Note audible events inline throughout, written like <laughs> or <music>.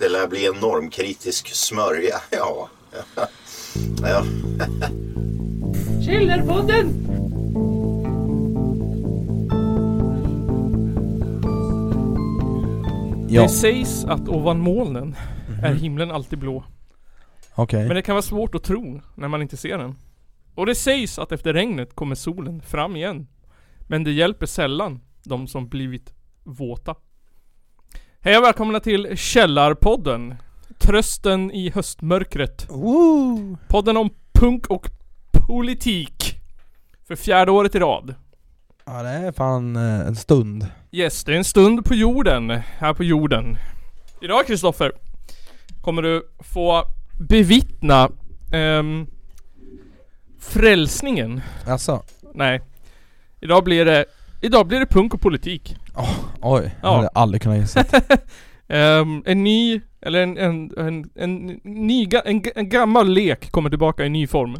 Det lär bli en normkritisk smörja, <laughs> ja. ja. Källarpodden! Ja, Det sägs att ovan molnen är himlen alltid blå. okej. Men det kan vara svårt att tro när man inte ser den. Och det sägs att efter regnet kommer solen fram igen. Men det hjälper sällan de som blivit våta. Hej och välkomna till Källarpodden. Trösten i höstmörkret. Woo! Podden om punk och politik. För fjärde året i rad. Ja, det är fan eh, en stund. Yes, det är en stund på jorden. Här på jorden. Idag Kristoffer kommer du få bevittna ehm, frälsningen. Alltså, Nej. Idag blir det, idag blir det punk och politik. oj. Ja. Jag hade aldrig kunnat <laughs> gissa. Ehm, en ny, eller en, en, en, en, ny, en, en gammal lek kommer tillbaka i ny form.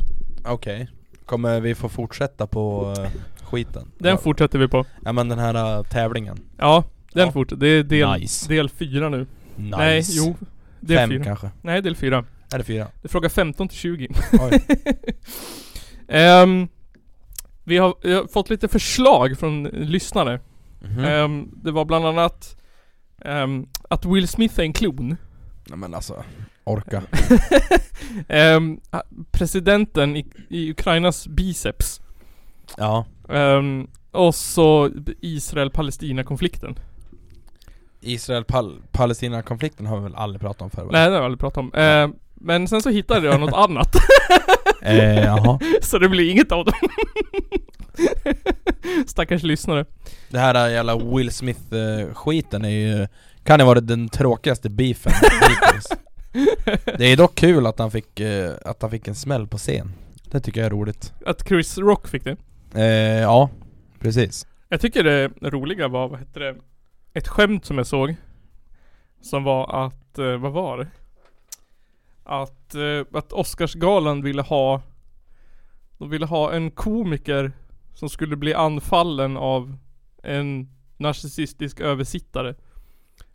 okej. Kommer vi få fortsätta på eh, skiten? Den ja. fortsätter vi på. ja men den här eh, tävlingen. Ja, den Ja. fortsätter. Det är del, Nice. del fyra nu. Nice. Nej, jo. Del Fem fyra. kanske. Nej, del fyra. Är det <laughs> fyra? Det är fråga 15 till 20. Oj. Ehm, vi, har, vi har fått lite förslag från lyssnare. Mhm. Ehm, det var bland annat ehm, att Will Smith är en klon. Nej men alltså, <laughs> orka. Ehm, ah, presidenten i, i Ukrainas biceps. Ja. Ehm, och så Israel-Palestina-konflikten. Israel-Palestina-konflikten har vi väl aldrig pratat om förr? va? Nej, det har jag aldrig pratat om. Ehm, men sen så hittade jag något annat, <laughs> Eh, jaha. så det blir inget av dem. <laughs> Stackars lyssnare. Det här jävla Will Smith-skiten är ju... Kan ju vara den tråkigaste beefen <laughs> hittills. Det är dock kul att han fick, eh, att han fick en smäll på scen. Det tycker jag är roligt. Att Chris Rock fick det. Eh, ja, precis. Jag tycker det roliga var, vad hette det? Ett skämt som jag såg. Som var att, eh, vad var det? Att, eh, att Oscarsgalan ville ha De ville ha en komiker som skulle bli anfallen av en narcissistisk översittare.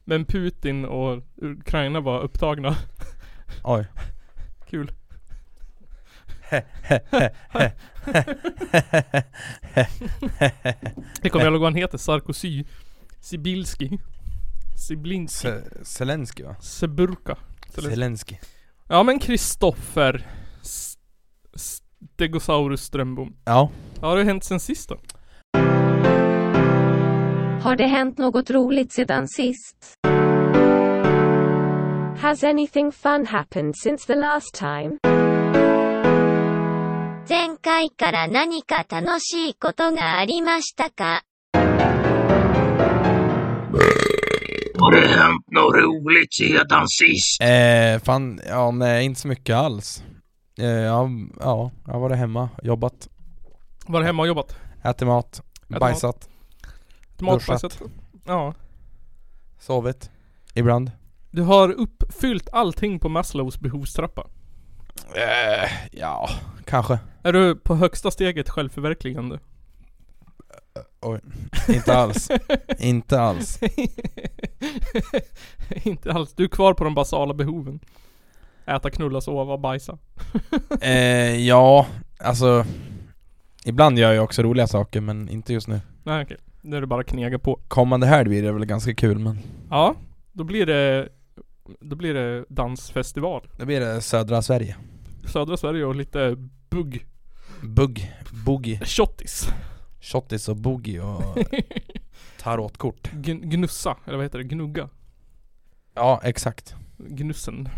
Men Putin och Ukraina var upptagna. <laughs> <laughs> Oj. Kul. Det kommer jag ihåg vad han heter, Sarkozy. Sibilski. Siblinski. Se- Zelensky va? Seburka. Zelensky. Ja men Kristoffer S- Stegosaurus Strömbom. Ja. Vad har det hänt sen sist då? Har det hänt något roligt sedan sist? Has anything fun happened since the last time? 前回から何か楽しいことがありましたか Har det hänt något roligt sedan sist? Eh, fan, ja nej inte så mycket alls. Eh, ja, ja, jag har varit hemma, jobbat, Var hemma och jobbat? ätit mat, mat. bajsat, Tomatpasset? Ja. sovit. Ibland. Du har uppfyllt allting på Maslows behovstrappa. Eh, ja, kanske. Är du på högsta steget självförverkligande? <laughs> Inte <laughs> alls. inte alls. Inte alls. Du är kvar på de basala behoven. Äta, knulla, sova, bajsa. Eh, ja, alltså. Ibland gör jag också roliga saker men inte just nu. Nej okej. Nu är det bara att knega på. Kommande helg blir det väl ganska kul men. Ja. Då blir det... Då blir det dansfestival. Då blir det södra Sverige. Södra Sverige och lite bugg. Bugg, boogie, Shottis. shottis och boogie och tarotkort. Gn- Gnussa, eller vad heter det? Gnugga? Ja, exakt. Gnussen.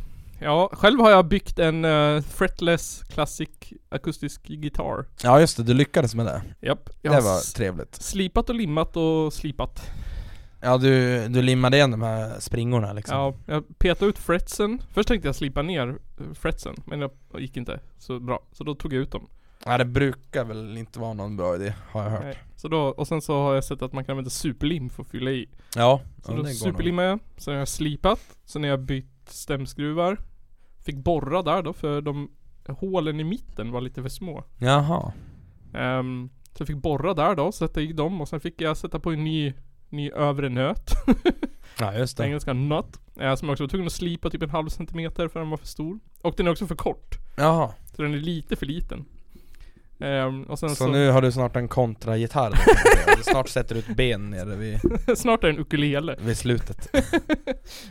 Ja, själv har jag byggt en eh, fretless classic akustisk gitarr. Ja just det, du lyckades med det. Japp. Det Jag har var s- trevligt. slipat och limmat och slipat. Ja du, du limmade igen de här springorna liksom. Ja, jag petade ut fretsen. Först tänkte jag slipa ner eh, fretsen, men det gick inte så bra. Så då tog jag ut dem. Nej det brukar väl inte vara någon bra idé, har jag hört. Nej. Så då, och sen så har jag sett att man kan använda superlim för att fylla i. Ja, Så ja, då det går nog. superlimmade jag, sen har jag slipat, sen har jag bytt stämskruvar. Fick borra där då för de hålen i mitten var lite för små. Jaha. Um, så jag fick borra där då, sätta i dem och sen fick jag sätta på en ny, ny övre nöt. Ja just det. Engelska nut. Eh, som jag också var tvungen att slipa typ en halv centimeter för den var för stor. Och den är också för kort. Jaha, Så den är lite för liten. Ehm, och sen så, så, nu har du snart en kontragitarr <laughs> Snart sätter du ett ben nere vid, <laughs> snart är det en ukulele. vid slutet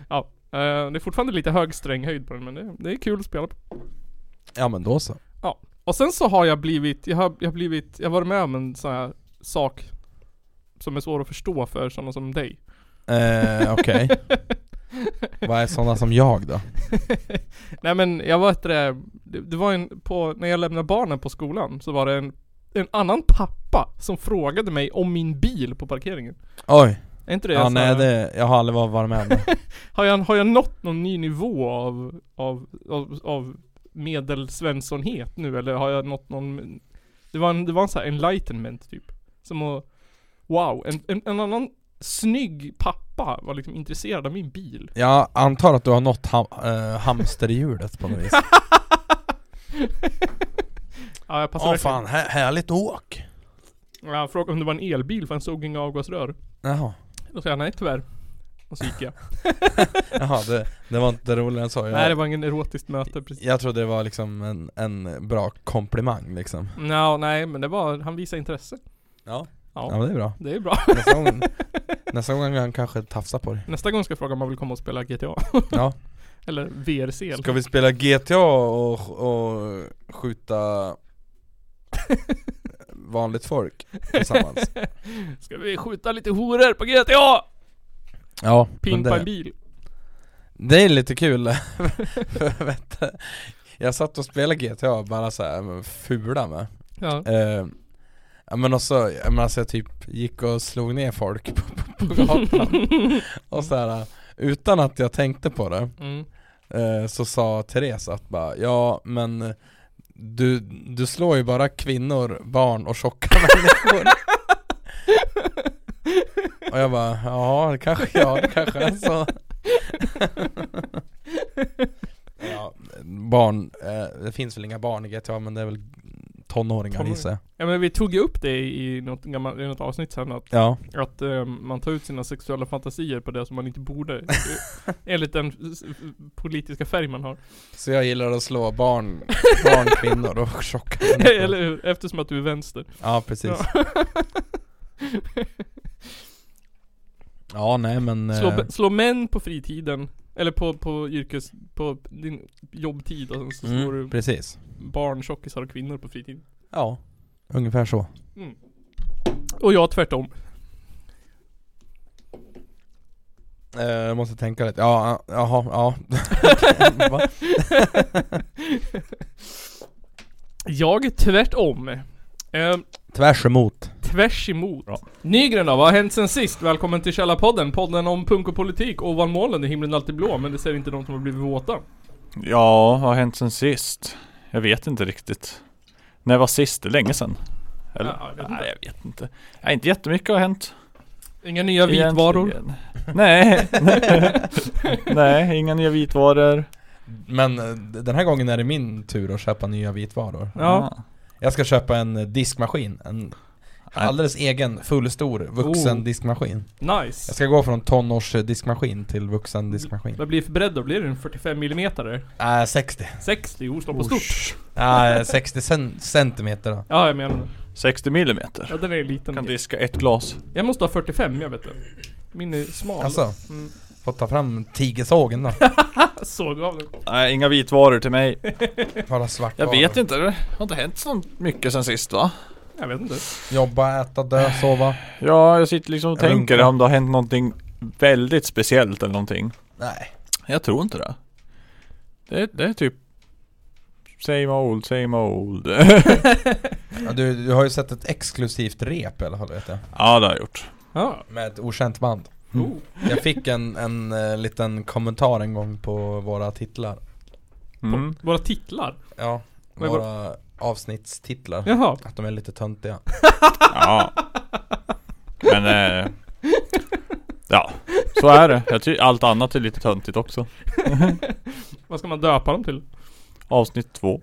Ja, eh, det är fortfarande lite hög stränghöjd på den men det, det är kul att spela på. Ja men då så Ja. Och sen så har jag blivit, jag har, jag har blivit, jag har varit med om en sån här sak som är svår att förstå för sådana som dig. eh, Okej <laughs> Vad är sådana som jag då? Nej men jag var ett, eh, det, det var en, på, när jag lämnade barnen på skolan så var det en, en annan pappa som frågade mig om min bil på parkeringen. Oj, Är inte det ja, så här- nej, det, jag har aldrig varit med om det Har jag, har jag nått någon ny nivå av, av, av, av medelsvenssonhet nu eller har jag nått någon Det var en, det var en sån här enlightenment typ Som att Wow, en, en, en annan snygg pappa var liksom intresserad av min bil Jag antar att du har nått ham, eh, hamsterhjulet på något <laughs> vis Ja jag passade Åh fan, här, härligt åk verkligen. Han frågade om det var en elbil för han såg inga avgasrör Jaha, Då sa jag nej tyvärr Och så gick jag Jaha det, det var inte roligare än så jag, Nej det var ingen erotiskt möte precis jag trodde det var liksom en, en bra komplimang liksom no, Nej men det var, han visade intresse Ja Ja. Ja, men det är bra Det är bra <laughs> Nästa gång, nästa gång han kanske tafsar på dig Nästa gång ska jag fråga om man vill komma och spela GTA Ja Eller VRC Ska vi spela GTA och, och skjuta <laughs> vanligt folk tillsammans? Ska vi skjuta lite horor på GTA? <laughs> Ja, men Pimpa en det, bil. det är lite kul <laughs> Vet du, Jag satt och spelade GTA bara så här men fula med Ja. eh, ja, men också, ja, men alltså jag typ gick och slog ner folk på, på, på gatan <laughs> Och så här, utan att jag tänkte på det Mm. Eh, Så sa Therese att bara, ja men du, du slår ju bara kvinnor, barn och tjocka <laughs> människor Och jag bara, ja det kanske jag, det kanske är så <laughs> ja, Barn, eh, det finns väl inga barn i GTA men det är väl tonåringar Tonåring. gissar jag ja men vi tog ju upp det i något, gammal, i något avsnitt sen att, Ja, att eh, man tar ut sina sexuella fantasier på det som man inte borde. <laughs> eh, enligt den s- politiska färg man <laughs> har. så jag gillar att slå barn, barn, kvinnor och tjocka människor Eller hur? Eftersom att du är vänster. Ja precis Ja nej men <laughs> Slå, eh, b- slå män på fritiden. Eller på, på yrkes, på din jobbtid och sen så slår mm, du precis barn, tjockisar och kvinnor på fritiden. Ja, ungefär så. Mm. Och jag tvärtom. Eh, jag måste tänka lite, ja, ja, jaha, <laughs> ja. Va? Jag tvärtom. Eh, Tvärs emot. tvärs emot. Nygren då, vad har hänt sen sist? Välkommen till Källarpodden, podden om punk och politik. Ovan molnen är himlen alltid blå, men det ser inte de som har blivit våta. Ja, vad har hänt sen sist? Jag vet inte riktigt. När var sist? Det är länge sedan. Eller? Ja, jag vet inte. Nej, jag vet inte. Nej, inte jättemycket har hänt. Inga nya vitvaror. egentligen. Nej. <laughs> Nej, inga nya vitvaror. Men eh, den här gången är det min tur att köpa nya vitvaror. Ja. Jag ska köpa en eh, diskmaskin. En alldeles egen, fullstor, vuxen Oh. diskmaskin. Jag Nice. ska gå från tonårsdiskmaskin till vuxen diskmaskin. Vad blir det för bredd då? Blir det en 45 mm? Äh, 60. 60? Oh, slå på stort. Äh, 60 cen- centimeter då. Ja, jag menar 60 millimeter. Ja, den är liten. Kan diska ett glas. Jag måste ha 45, jag vet det. Min är smal. Alltså, Mm. får ta fram tigersågen <laughs> då. Såg du av den? Nej, inga vitvaror till mig. Bara svart Jag vet inte. Det har inte hänt så mycket sen sist va? Jag vet inte. Jobba, äta, dö, sova. Ja, jag sitter liksom och Jag tänker runkar. om det har hänt någonting väldigt speciellt eller någonting. Nej. Jag tror inte det. Det, det är typ Same old, same old. <laughs> Ja, du, du har ju sett ett exklusivt rep i alla fall vet jag. ja, det har jag gjort. Ja. Med ett okänt band. Mm. Oh. Jag fick en, en eh, liten kommentar en gång på våra titlar Mm. Våra titlar. Ja, Vad är våra avsnittstitlar Jaha. Att de är lite töntiga Ja. Men... Eh, ja, så är det. Jag tycker allt annat är lite töntigt också. Vad ska man döpa dem till? Avsnitt två.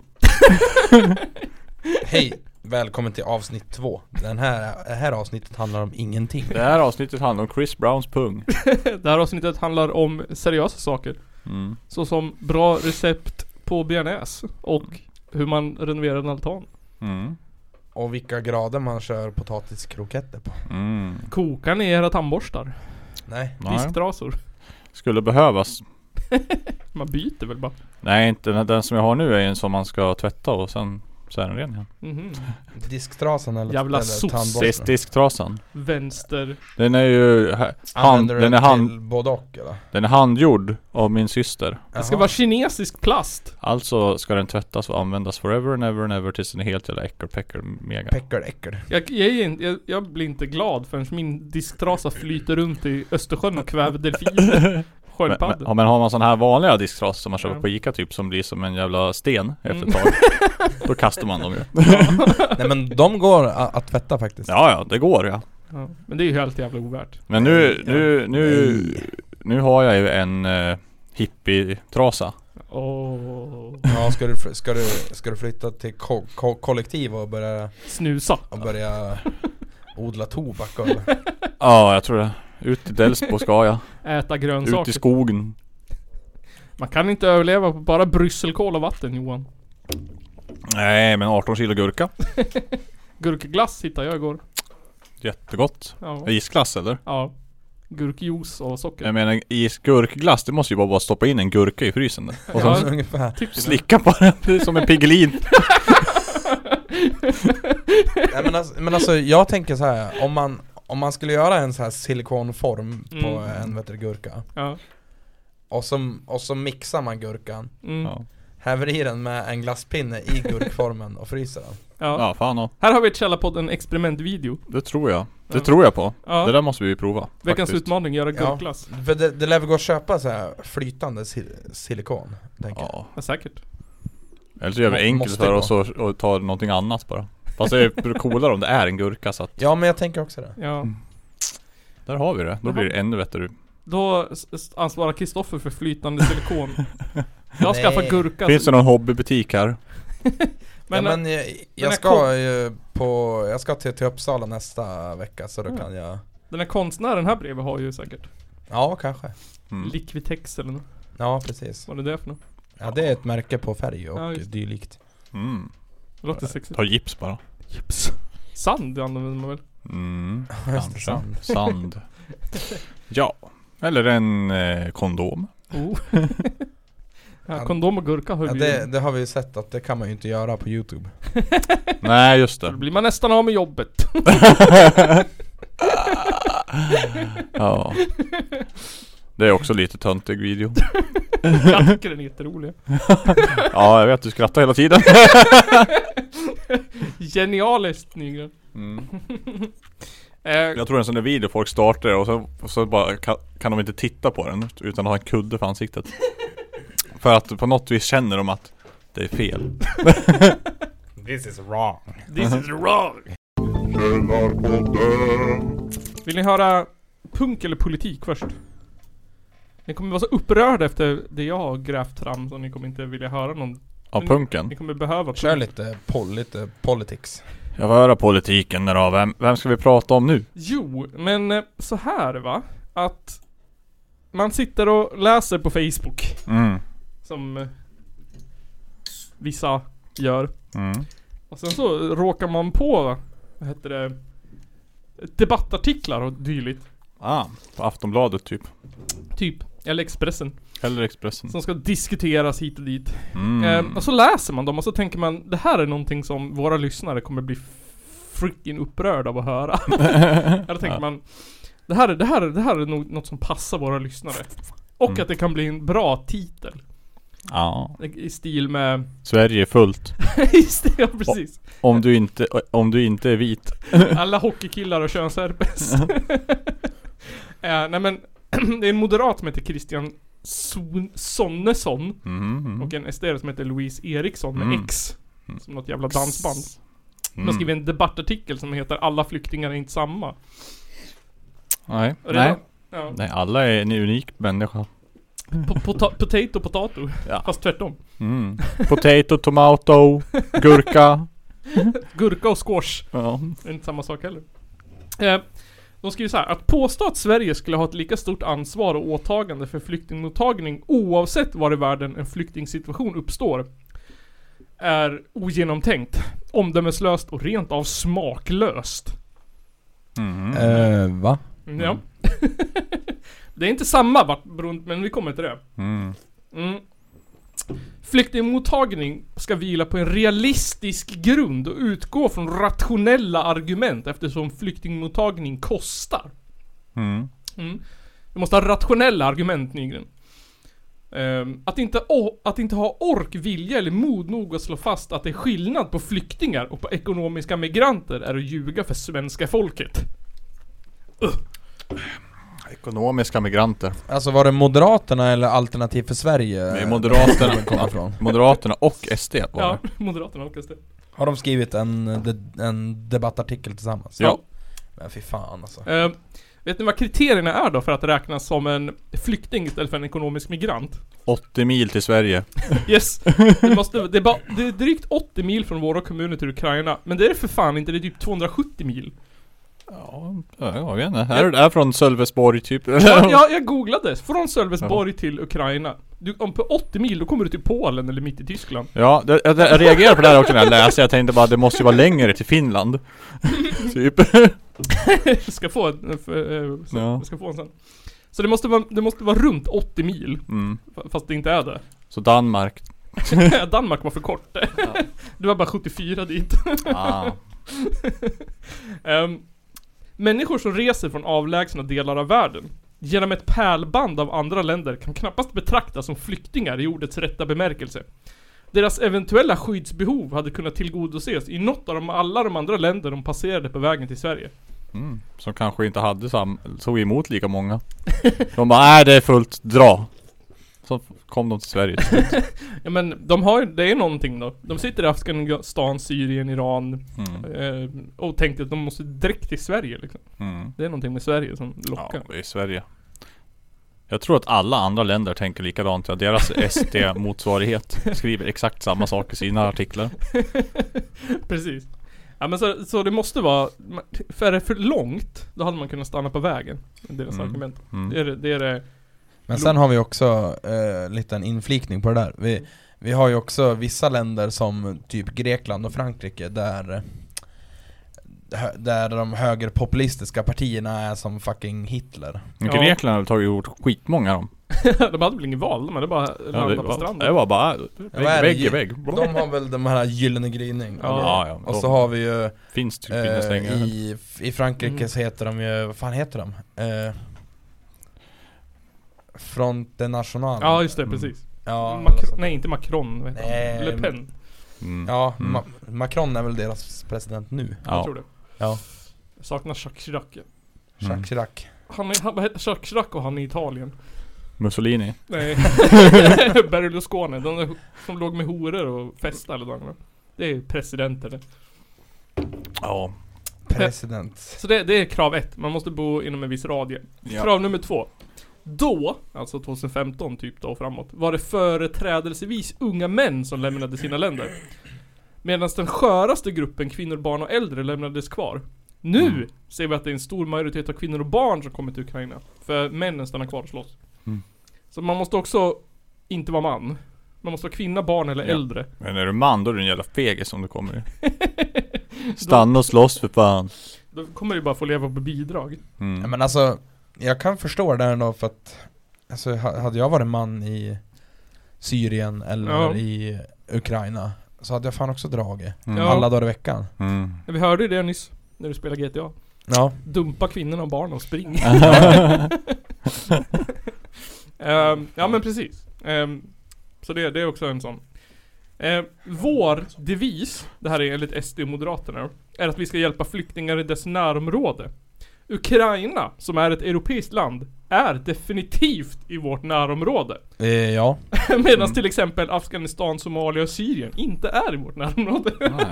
Hej! Välkommen till avsnitt två. Den här, det här avsnittet handlar om ingenting. Det här avsnittet handlar om Chris Browns pung. Det här avsnittet handlar om seriösa saker. Mm. Såsom bra recept på bearnaise och hur man renoverar en altan. Mm. Och vilka grader man kör potatiskroketter på. Mm. Kokar ni era tandborstar? Nej. Nej. Disktrasor? Skulle behövas. Man byter väl bara? Nej, inte den, den som jag har nu är en som man ska tvätta och sen så är den ren igen. Mhm. Disktrasan eller, Jävla eller sosse. Sist tandborsten. disktrasan. Vänster. Den är ju ha- hand, Använder du den, den är hand, till både och eller? den är handgjord av min syster. Det ska vara kinesisk plast. Alltså ska den tvättas och användas forever and ever and ever tills den är helt jävla äckelpäckel mega. Peckeläckel. Jag, jag, är in- jag, jag blir inte glad förrän min disktrasa flyter runt i Östersjön och kväver <laughs> delfiner. men, men, Sköldpaddor. ja, men har man sån här vanliga disktrasor som man köper Ja. på Ica typ som blir som en jävla sten efter Mm. ett tag. <laughs> Då kastar man dem ju. Nej men de går att, att tvätta faktiskt. Ja ja, det går ja. Ja, men det är ju helt jävla ovärt. Men nu, nu, nu, nu har jag ju en uh, hippietrasa. Åh. Ja, ska du, fr- ska du, ska du flytta till ko- ko- kollektiv och börja, Snusa. och börja odla tobak och Ja, jag tror det. Ut till Delsbo <laughs> ska jag. Äta Ut i grönsaker. skogen. Man kan inte överleva på bara brysselkål och vatten Johan. Nej, men 18 kilo gurka. Gurkglass hittade jag igår. Jättegott. Ja. Isglass eller? ja. Gurkjuice och socker. Jag menar isgurkglass, det måste ju bara vara att stoppa in en gurka i frysen där. Och Ja. sen så ungefär. Typ det. slicka på den det är som en pigelin. Nej, men, alltså, men alltså jag tänker så här om man, om man skulle göra en så här silikonform på Mm. en vet du, gurka Ja. och så, och så mixar man gurkan, Mm. Ja. Ja, häver i den med en glasspinne i gurkformen och fryser den. <laughs> ja fan ja. Här har vi ett Källarpodden experimentvideo. Det tror jag. Det Ja. tror jag på. Ja. Det där måste vi prova. Veckans faktiskt. utmaning, göra Ja. gurkglass. Ja. För det, det lär väl gå att köpa så här flytande sil- silikon, tänker jag. Ja. säkert. Eller så gör vi Må- enkelt måste för gå. oss och, och tar någonting annat bara. Fast det är coolare om det är en gurka så att Ja men jag tänker också det. Ja. Mm. där har vi det. Då Jaha. blir det ännu bättre. Då s- s- ansvarar Kristoffer för flytande silikon. <laughs> Jag Nej. skaffar gurka. Finns det någon hobbybutik här? Men, eh, ja, men jag, jag är ska ju på, jag ska till, till Uppsala nästa vecka så då Ja. kan jag den här konstnären här bredvid har ju säkert Ja kanske Mm. Liquitex eller något. Ja precis Vad är det för något? Ja det är ett märke på färg och Ja, just dylikt Mm. Det låter sexigt. Ta gips bara. Sand använder man väl? Mm. <laughs> Just Kanske. det, Sand. sand. Ja. Eller en eh, kondom. <laughs> Oh. ja, Ja, kondom och gurka har ja, vi det, det har vi ju sett att det kan man ju inte göra på youtube Nej just Då det. blir man nästan av med <laughs> jobbet. <laughs> Ja. Det är också lite töntig video. Jag tycker den är jätterolig. Ja, jag vet du skrattar hela tiden. Genialiskt Nygren. Eh, Mm. Jag tror en sån där video folk startar och så, och så bara kan, kan de inte titta på den utan ha en kudde för ansiktet. För att på något vis känner de att det är fel. This is wrong this is wrong. Vill ni höra punk eller politik först? Ni kommer vara så upprörda efter det jag har grävt fram så ni kommer inte vilja höra någon. Ja, punken. Ni kommer behöva Kör lite, pol, lite politics Jag får höra politiken där då. Vem, vem ska vi prata om nu? Jo, men eh, så här va. Att man sitter och läser på Facebook. Mm. Som eh, vissa gör. Mm. Och sen så råkar man på, vad heter det? Debattartiklar och dylikt. Ah, på Aftonbladet typ. Typ. Eller Expressen. Eller Expressen. Som ska diskuteras hit och dit. Mm. Ehm, och så läser man dem och så tänker man det här är någonting som våra lyssnare kommer bli freaking upprörda av att <laughs> höra. <laughs> Eller tänker man det här, är- det, här, är- det här är nog något som passar våra lyssnare. Och Mm. att det kan bli en bra titel. Ja. I stil med... <laughs> Sverige är fullt. I stil, ja, precis. Om du inte, om du inte är vit. <laughs> Alla hockeykillar och könsherpes. <laughs> Eh, nej men, <clears throat> det är en moderat som heter Christian Son- Sonnesson Mm. och en SD som heter Louise Eriksson med Mm. X. Som något jävla dansband. De har Mm. skrivit en debattartikel som heter 'Alla flyktingar är inte samma' Nej. Och Nej. redan- Ja. Nej, alla är en unik människa. Po- pota- potato, potato. Ja. <laughs> Fast tvärtom. Mm. Potato, tomato, gurka, Gurka och squash <laughs> Ja. är inte samma sak heller. Eh, de skriver så här, att påstå att Sverige skulle ha ett lika stort ansvar och åtagande för flyktingmottagning oavsett var i världen en flyktingsituation uppstår är ogenomtänkt, omdömeslöst och rent av smaklöst. Mhm. Eh, va? Mm, Ja. <laughs> det är inte samma vart, beroende- men vi kommer till det. Mm. Mm. Flyktingmottagning ska vila på en realistisk grund och utgå från rationella argument eftersom flyktingmottagning kostar. Mm. Mm. Vi måste ha rationella argument Nygren. Ehm, att, inte o- att inte ha ork, vilja eller mod nog att slå fast att det är skillnad på flyktingar och på ekonomiska migranter är att ljuga för svenska folket. Ekonomiska migranter. Alltså var det Moderaterna eller Alternativ för Sverige? Nej, de kommer <laughs> Moderaterna, ifrån? Moderaterna och SD var Ja, <laughs> det. Moderaterna hoppas det. Har de skrivit en, de- en debattartikel tillsammans? Ja. Men fy fan alltså Ehm, vet ni vad kriterierna är då för att räknas som en flykting istället för en ekonomisk migrant? 80 mil till Sverige. Yes! Det, måste, det, är bara, det är drygt 80 mil från våra kommuner till Ukraina, men det är det för fan inte, det är typ 270 mil. Ja, jag vet inte. Här är det här från Sölvesborg typ. Ja, jag, jag googlade, från Sölvesborg till Ukraina. Du, om på 80 mil, då kommer du till Polen eller mitt i Tyskland. <laughs> Ja, det, jag, jag reagerade på det här också när jag läste. Jag tänkte bara det måste ju vara längre <laughs> till Finland. <laughs> typ. Du ska få en, för, eh, sen, Ja. du ska få en sen. Så det måste, vara, det måste vara runt 80 mil, Mm. fa- fast det inte är det. Så Danmark. Danmark var för kort. <laughs> Du var bara 74 dit. Ah. Ehm, människor som reser från avlägsna delar av världen genom ett pärlband av andra länder kan knappast betraktas som flyktingar i ordets rätta bemärkelse. Deras eventuella skyddsbehov hade kunnat tillgodoses i något av de, alla de andra länder de passerade på vägen till Sverige. Mm. Som kanske inte hade sam tog emot lika många. <laughs> De bara nej det är fullt, dra. Så kom de <laughs> till Sverige. Ja men de har det är någonting då. De sitter i Afghanistan, Syrien, Iran Mm. eh, och tänkte att de måste direkt till Sverige liksom. Mm. Det är någonting med Sverige som lockar. Ja, det är Sverige. Jag tror att alla andra länder tänker likadant. <laughs> Ja, deras SD-motsvarighet skriver exakt samma sak i sina artiklar. Precis. Ja men så, så det måste vara, för är det för långt, då hade man kunnat stanna på vägen. med Deras Mm. argument. Det Mm. är det, det är det. <laughs> Men sen har vi också eh, liten inflikning på det där Mm. vi, vi har ju också vissa länder som typ Grekland och Frankrike där hö- där de högerpopulistiska partierna är som fucking Hitler Ja. Grekland har tagit gjort skitmånga av dem. de hade väl ingen val, de hade bara Ja, landat det, på var, stranden. det var bara vad är det? vägg, vägg i vägg. De har väl de här Gyllene Gryning Ja, ja. Och så har vi ju Finns typ Mm. inte eh, längre. i, I Frankrike så heter de ju, vad fan heter de? Eh, Front de National Ja just det, Mm. precis. ja, Macron- eller sånt. nej inte Macron, vad heter han? Nej, Le Pen. Mm. Ja, Mm. Ma- Macron är väl deras president nu? Jag Ja. tror det. Ja. Jag saknar Jacques Chirac. Jacques Mm. Chirac Han, är- han, vad heter Jacques Chirac och han i Italien. Mussolini. <laughs> Nej. <laughs> Berlusconi, de där som låg med horor och festade alla dagarna. Det är presidenter det. Ja. President Så det, det är krav ett, man måste bo inom en viss radie. ja. Krav nummer två. Då, alltså 2015 typ då och framåt, var det företrädelsevis unga män som lämnade sina länder. Medan den sköraste gruppen, kvinnor, barn och äldre, lämnades kvar. Nu Mm. ser vi att det är en stor majoritet av kvinnor och barn som kommer till Ukraina. För männen stannar kvar och slåss. Mm. Så man måste också inte vara man. Man måste vara kvinna, barn eller Ja. äldre. Men är du man då är du en jävla fegis som du kommer <laughs> i. Stanna och slåss för fan. Då kommer du bara få leva på bidrag. Ja, Mm. Men alltså, jag kan förstå det här ändå för att Alltså ha- hade jag varit man i Syrien eller Ja. i Ukraina Så hade jag fan också dragit Mm. Ja. Alla dagar i veckan <laughs> Mm. Vi hörde ju det nyss, när du spelade GTA. Ja, Dumpa kvinnorna och barnen och <laughs> spring. Ehm, ja men precis. Ehm, så det, det är också en sån. Ehm, vår devis, det här är enligt SD och Moderaterna, är att vi ska hjälpa flyktingar i dess närområde. Ukraina, som är ett europeiskt land, är definitivt i vårt närområde. <laughs> eh, ja Medan Mm. till exempel Afghanistan, Somalia och Syrien inte är i vårt närområde. <laughs>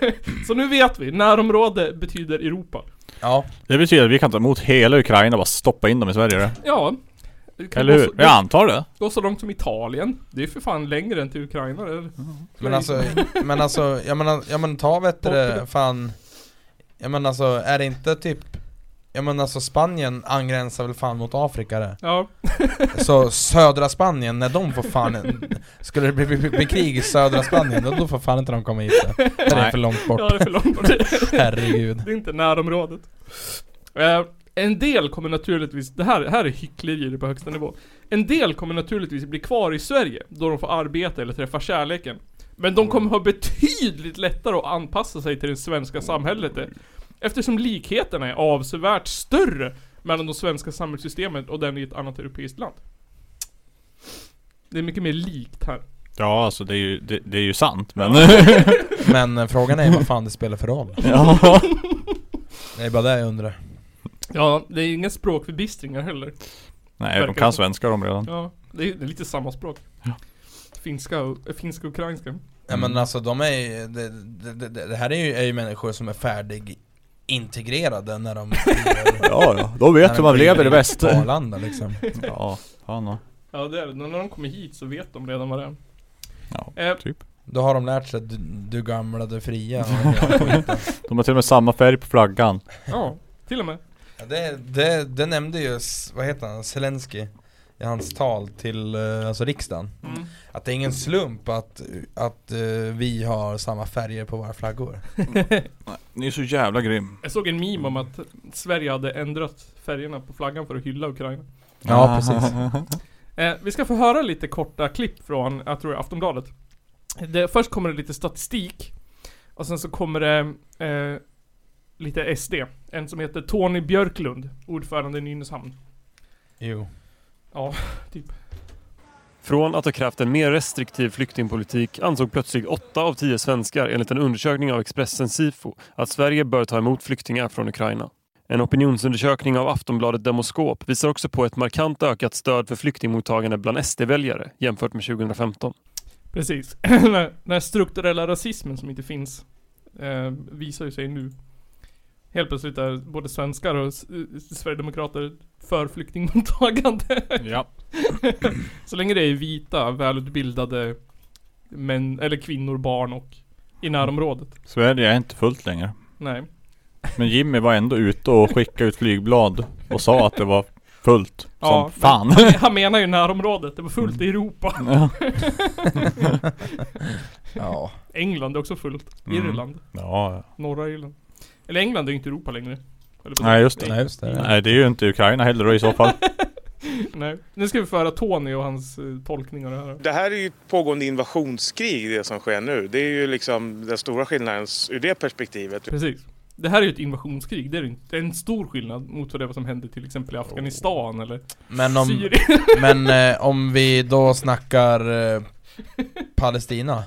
Nej. Så nu vet vi, närområde betyder Europa. Ja, Det betyder att vi kan ta emot hela Ukraina och bara stoppa in dem i Sverige. då. Ja. det kan Eller gå hur? så- alltså, Jag antar det. Gå så långt som Italien. Det är för fan längre än till Ukraina. Eller? Men alltså, men alltså, jag menar, jag menar ta vet du det, fan Jag menar alltså, är det inte typ Jag menar alltså Spanien angränsar väl fan mot Afrika det Ja, Så södra Spanien, när de får fan en, Skulle det bli, bli, bli krig i södra Spanien, då, då får fan inte de komma hit då. Det är Nej. för långt ja, bort, det är för långt bort. herregud Det är inte närområdet. Eh, en del kommer naturligtvis, det här, här är hycklerier på högsta nivå. En del kommer naturligtvis bli kvar i Sverige, då de får arbeta eller träffa kärleken. Men de kommer ha betydligt lättare att anpassa sig till det svenska samhället. eh, Eftersom likheterna är avsevärt större mellan det svenska samhällssystemet och den i ett annat europeiskt land. Det är mycket mer likt här. Ja, alltså det är ju, det, det är ju sant men... Men eh, frågan är vad fan det spelar för roll <laughs> ja. Det är bara det jag undrar Ja, det är inga språkförbistringar heller. Nej, de Verkar kan så. svenska de redan. Ja, det är, det är lite samma språk. Ja. Finska och, äh, finska och ukrainska. Ja men alltså de är ju, det, det, det, det här är ju, är ju människor som är färdig integrerade när de Ja, ja. De när de kliver in På <laughs> Arlanda liksom Ja, fan och. Ja det är det. När de kommer hit så vet de redan vad det är. Ja. Eh, Då har de lärt sig du, du gamla, du fria De har till och med samma färg på flaggan. ja, till och med. ja, det, det, det nämnde ju, S- vad heter han, Zelensky i hans tal till eh, alltså riksdagen Mm. Att det är ingen slump att, att eh, vi har samma färger på våra flaggor Ni är så jävla grym. Jag såg en meme om att Sverige hade ändrat färgerna på flaggan för att hylla Ukraina. Ja precis Eh, vi ska få höra lite korta klipp från, jag tror det är Aftonbladet. Det, först kommer det lite statistik. Och sen så kommer det eh, lite SD. En som heter Tony Björklund, ordförande i Nynäshamn. Jo Ja, Från att ha krävt en mer restriktiv flyktingpolitik ansåg plötsligt 8 av 10 svenskar enligt en undersökning av Expressen Sifo att Sverige bör ta emot flyktingar från Ukraina. En opinionsundersökning av Aftonbladet Demoskop visar också på ett markant ökat stöd för flyktingmottagande bland SD-väljare jämfört med 2015. Precis. <clears throat> den, här, den här strukturella rasismen som inte finns eh, visar ju sig nu. Helt plötsligt är både svenskar och s- eh, sverigedemokrater för flyktingmottagande. <laughs> Ja. <laughs> Så länge det är vita, välutbildade män, eller kvinnor, barn och i närområdet. Sverige är inte fullt längre. Nej. <laughs> Men Jimmy var ändå ute och skickade ut flygblad och sa att det var fullt. Som Ja, fan. Han menar ju närområdet, det var fullt Mm. i Europa. <laughs> Ja. Ja England är också fullt. Mm. Irland. ja. Norra Irland. Eller England är ju inte Europa längre. Eller på Nej just det. Nej just det Nej det är ju inte Ukraina heller då i så fall. Nej. Nu ska vi få höra Tony och hans eh, tolkning av det här. Det här är ju ett pågående invasionskrig det som sker nu. Det är ju liksom den stora skillnaden s- ur det perspektivet. Precis. Det här är ju ett invasionskrig, det är, det inte. det är en stor skillnad mot vad det var som hände till exempel i Afghanistan eller Men om, Syrien. Men eh, om vi då snackar eh, Palestina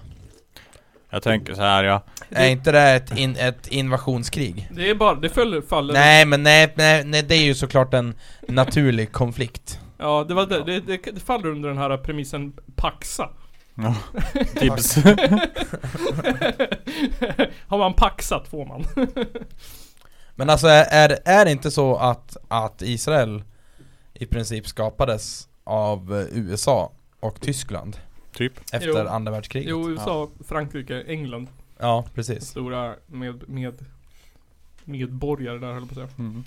Jag tänker så här ja. Är inte det ett, in, ett invasionskrig? Det är bara, det föll, faller... Nej men nej, nej, nej det är ju såklart en naturlig konflikt Ja, det var det, det, det, det faller under den här premissen paxa. <laughs> <laughs> Tips. Har man paxat får man. Men alltså är, är, är det inte så att, att Israel i princip skapades av eh, USA och Tyskland typ. efter Jo. andra världskriget? Jo, USA, Frankrike, England. Ja precis Stora med, med medborgare där höll jag på att säga. Mm.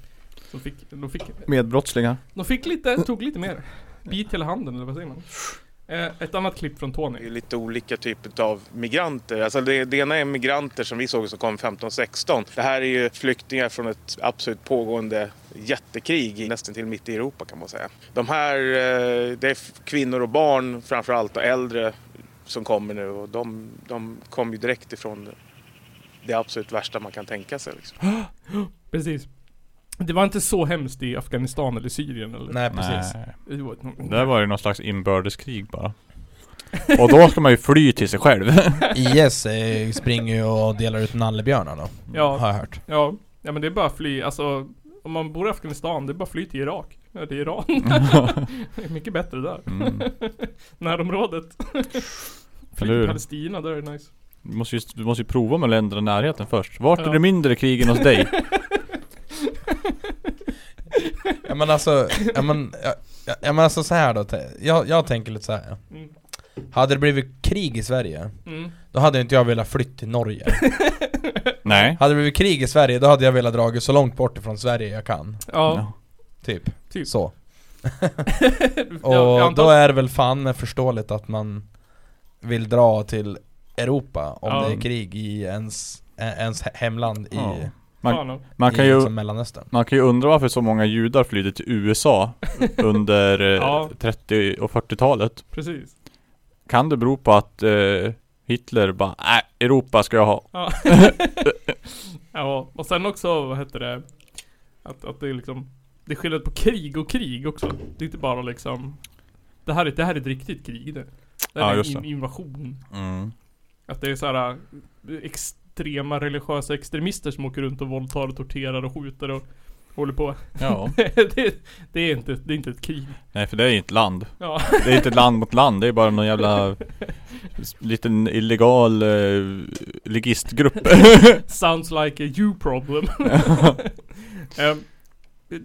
Som fick, de fick Medbrottslingar. De fick lite, tog lite mer. Bit hela handen, eller vad säger man? Eh, ett annat klipp från Det är ju Tony. lite olika typer av migranter. Alltså det, det ena är migranter som vi såg som kom 15-16. Det här är ju flyktingar från ett absolut pågående jättekrig nästan till mitt i Europa kan man säga. De här, eh, det är f- kvinnor och barn framför allt och äldre som kommer nu och de, de kom ju direkt ifrån det absolut värsta man kan tänka sig. Liksom. Precis. Det var inte så hemskt i Afghanistan eller Syrien eller? Nej <laughs> precis Nej. Det var- Där var det någon slags inbördeskrig bara. Och då ska man ju fly till sig själv. IS eh, springer ju och delar ut nallebjörnar då, har Ja, jag hört ja. Ja men det är bara att fly, alltså. Om man bor i Afghanistan, det är bara att fly till Irak. Eller <laughs> Iran. det är mycket bättre där. Mm. Närområdet. Fly <laughs> Eller till hur? Palestina, där är det nice. Du måste ju, du måste ju prova med länderna i närheten först. Vart Ja. är det mindre krig än hos dig? Ja men alltså, ja men, ja, ja, ja, men alltså så här då, te- jag, jag tänker lite så här. Mm. Hade det blivit krig i Sverige, Mm. då hade inte jag velat flytta till Norge Nej. Hade det blivit krig i Sverige, då hade jag velat dra så långt bort ifrån Sverige jag kan Ja, Typ, Typ. så ja, Och jag antar- då är det väl fan med förståeligt att man vill dra till Europa om Ja. det är krig i ens, ä- ens he- hemland i, Ja. fan om- Man kan i ju liksom Mellanöstern Man kan ju undra varför så många judar flydde till <laughs> USA under eh, Ja. 30 och 40-talet. Precis. Kan det bero på att eh, Hitler bara nej, Europa ska jag ha. <laughs> Ja. ja, och sen också, vad heter det? Att, att det är liksom Det är skillnad på krig och krig också. Det är inte bara liksom Det här är, det här är ett riktigt krig det. Det här Ja, är just en det. invasion. Mm. Att det är så här eh, extrema religiösa extremister som åker runt och våldtar och torterar och skjuter och håller på. <laughs> Ja. det, det, är inte, det är inte ett krig. <laughs> Nej för det är ju ett land. Ja. Det är inte ett land mot land. Det är bara någon jävla s- liten illegal eh, <laughs> ligistgrupp. Sounds like a you problem. <laughs> Ehm,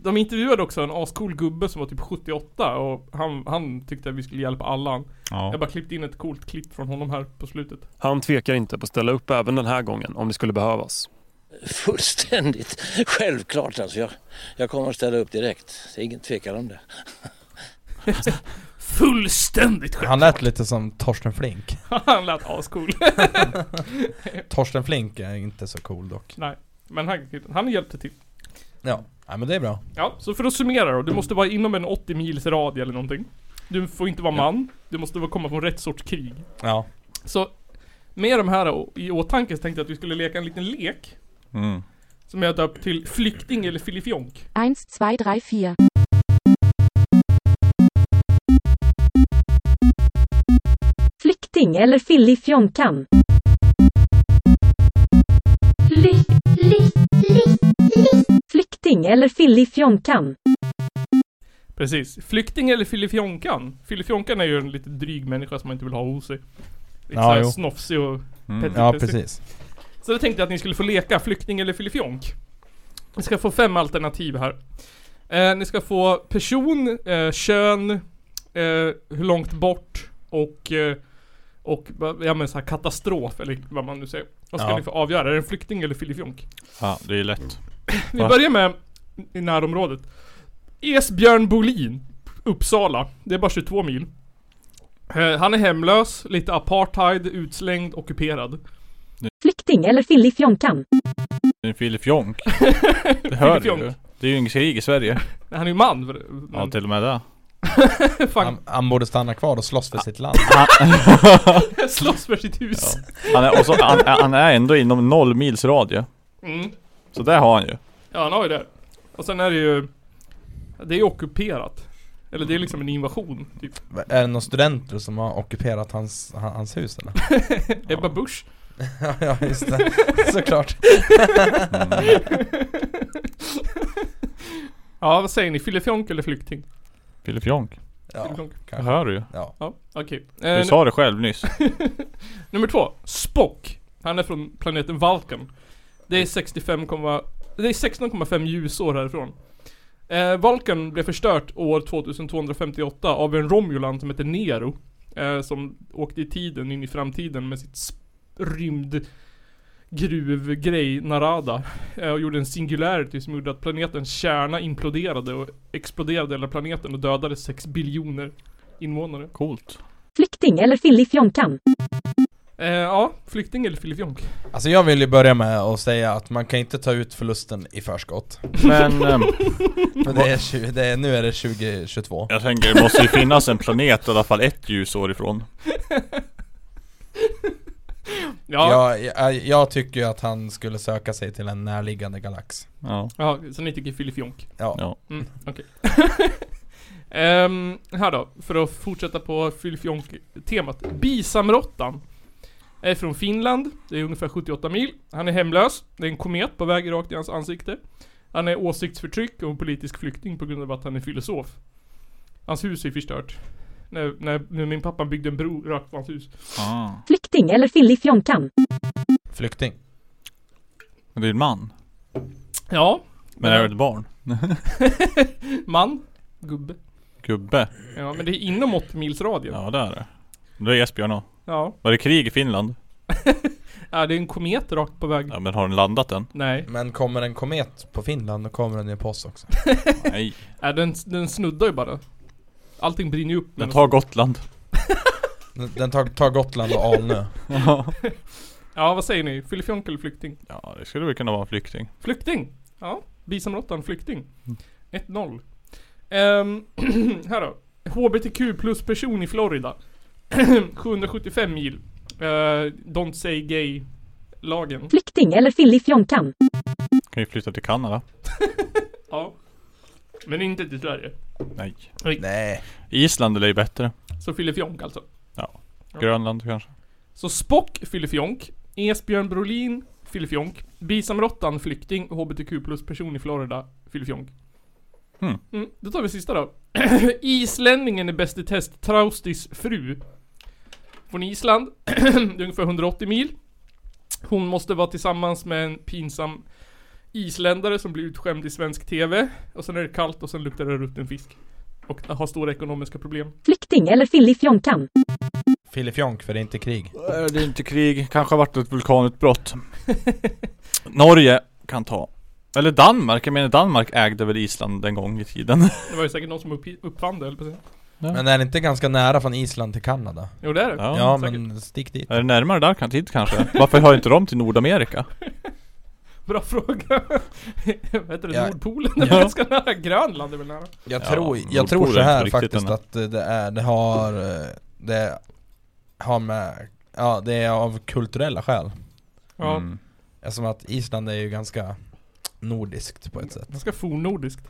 de intervjuade också en ascool gubbe som var typ 78 och han, han tyckte att vi skulle hjälpa alla. Jag ja. bara klippte in ett coolt klipp från honom här på slutet. Han tvekar inte på att ställa upp även den här gången om det skulle behövas. Fullständigt självklart alltså. Jag, jag kommer att ställa upp direkt. Det är ingen tvekan om det. Fullständigt Han lät lite som Torsten Flink <laughs> Han lät ascool. <laughs> Torsten Flink är inte så cool dock Nej. Men han, han hjälpte till. Ja, ja men det är bra Ja, så för att summera då. Du måste vara inom en 80 mils radie eller någonting. Du får inte vara man. Du måste vara- komma från rätt sorts krig. Ja, Så med de här å- i åtanke så tänkte jag att vi skulle leka en liten lek. Mm. Som jag döpt till Flykting eller Filifjonk. 1, 2, 3, 4. Flykting eller Filifjonkan? Flykting eller Filifjonkan? Precis. Flykting eller Filifjonkan? Filifjonkan är ju en lite dryg människa som man inte vill ha hos sig. Lite Ja, såhär jo. snofsig och Mm. ja precis Så då tänkte jag att ni skulle få leka Flykting eller Filifjonk. Ni ska få fem alternativ här. Eh, ni ska få person, eh, kön, eh, hur långt bort och, eh, och ja, men så här katastrof eller vad man nu säger. Vad ska Ja. ni få avgöra? Är det en flykting eller Filifjonk? Ja det är lätt. Vi Va? börjar med i närområdet. Esbjörn Bolin, Uppsala. Det är bara 22 mil. Eh, Han är hemlös, lite apartheid, utslängd, ockuperad. Flykting eller Filifjonkan? Det är en <laughs> filifjonk. Det hör du ju. Filifjonk. Det är ju inget krig i Sverige. Han är ju man. för- Ja Men, till och med det. fan, Ah. han, han borde stanna kvar och slåss för sitt land <laughs> typ. slåss för sitt hus. Han är, och så, han, han är ändå inom noll mils radie. Mm. Så det har han ju. Ja, han har ju det. Och sen är det ju... Det är ju ockuperat. Eller det är liksom en invasion, typ. Är det några studenter som har ockuperat hans, ha- hans hus eller? <laughs> Ebba Busch. <laughs> ja just det, såklart Ja, vad säger ni? Filifjonk eller flykting? Filifjonk. Ja, Filifjonk. Det hör du ju. ja. Ja, okej. Du Eh, sa det själv nyss. Nummer två, Spock. Han är från planeten Valken. Det är 65, komma- det är 16,5 ljusår härifrån. Eh, Valken blev förstört år 2258 av en Romulan som heter Nero. Eh, som åkte i tiden, in i framtiden med sitt sp- rymd gruvgrej, Narada. Eh, och gjorde en singularity som gjorde att planetens kärna imploderade och exploderade hela planeten och dödade 6 biljoner invånare. Coolt. Flykting eller Filifjonkan? Eh, ja, flykting eller filifjonk? Alltså jag vill ju börja med att säga att man kan inte ta ut förlusten i förskott <laughs> Men ehm, För det är, 20, det är, nu är det 2022 jag tänker det måste ju finnas en planet i alla fall ett ljusår ifrån. Ja, jag, jag, jag tycker ju att han skulle söka sig till en närliggande galax Ja. Ja, så ni tycker filifjonk? Ja, Ja. Mm, okej. <laughs> Ehm, här då, för att fortsätta på filifjonk-temat. Bisamrottan. Är från Finland, det är ungefär 78 mil. Han är hemlös, det är en komet på väg rakt i hans ansikte. Han är åsiktsförtryck och en politisk flykting på grund av att han är filosof. Hans hus är förstört. När, när, när min pappa byggde en bro rakt på hans hus. Ah. Flykting eller Filifjonkan? flykting Men det är en man. Ja, Men är du ett barn? Man? Gubbe? Gubbe? Ja men det är inom 80 mils radie. Ja. Ja det är det. Det är Esbjörn också. ja. Var det krig i Finland? det är en komet rakt på väg. Ja men har den landat än? Nej. Men kommer en komet på Finland då kommer den ju på oss också Nej. Äh, den, den snuddar ju bara. Allting brinner ju upp. Den tar Gotland. Den- Den tar, tar Gotland och Alnö ja Ja vad säger ni? Filifjonk eller flykting? det skulle väl kunna vara en flykting. Flykting! Ja. Bisamråttan flykting. Mm. 1-0. Ehm, <clears throat> här då. HBTQ plus person i Florida. <clears throat> 775 mil. Eh, don't say gay lagen. Flykting eller Filifjonkan. Kan ju flytta till Kanada. Ja. Men inte till Sverige. Nej. Nej Island är ju bättre. Så Filifjonk alltså. Grönland kanske. Så Spock Filifjonk, Esbjörn Brolin Filifjonk, Bisamrottan Flykting, HBTQ plus person i Florida Filifjonk. Hmm. Mm, då tar vi sista då. <clears throat> Islänningen är bäst i test, Traustis fru. Från Island, <clears throat> det är ungefär 180 mil. Hon måste vara tillsammans med en pinsam isländare som blir utskämd i svensk TV. Och sen är det kallt och sen luktar det rutten fisk. Och har stora ekonomiska problem. Flykting eller Filifjonkan. Filifjonk för det är inte krig Det är inte krig. Kanske har varit ett vulkanutbrott. <laughs> Norge kan ta. Eller Danmark. Jag menar Danmark ägde väl Island en gång i tiden. <laughs> Det var ju säkert någon som upp- uppfann det, höll jag på att säga. Men är det inte ganska nära från Island till Kanada? Jo det är det. Ja. Ja, säkert. men stick dit Är det närmare där kan tid kanske? Varför hör inte de till Nordamerika? Bra fråga. Vad heter det? Ja. Nordpolen? Ja. Det <laughs> är ganska nära. Grönland är väl nära? Jag Ja, tror, jag Nordpolen tror så är här inte riktigt faktiskt ännu. att eh, det är, det har, eh, det har med, ja det är av kulturella skäl Ja, Mm. Eftersom att Island är ju ganska nordiskt på ett sätt ganska fornnordiskt.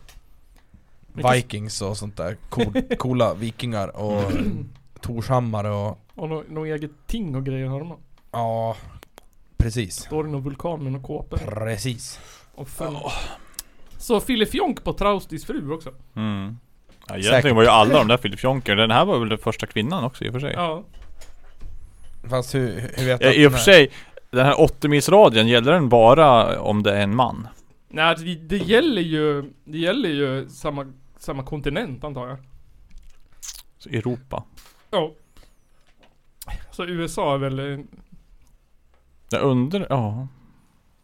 Mycket- Vikings och sånt där, <laughs> cool, coola vikingar och Torshammar och, Och något nå eget ting och grejer har de. ja precis Står det någon vulkan med någon kåpor? Precis Och fön. Så Filifjonk på Traustis fru också. Mm. Ja, egentligen Säkert. var ju alla de där filifjonker. Den här var väl den första kvinnan också i och för sig. Ja. Fast hur, hur vet Ja, att I och den för här- sig, den här 80 milsradien, gäller den bara om det är en man? Nej, alltså, det, det gäller ju, det gäller ju samma, samma kontinent antar jag. Så Europa? Ja. Så USA är väl... eh, Jag undrar, ja.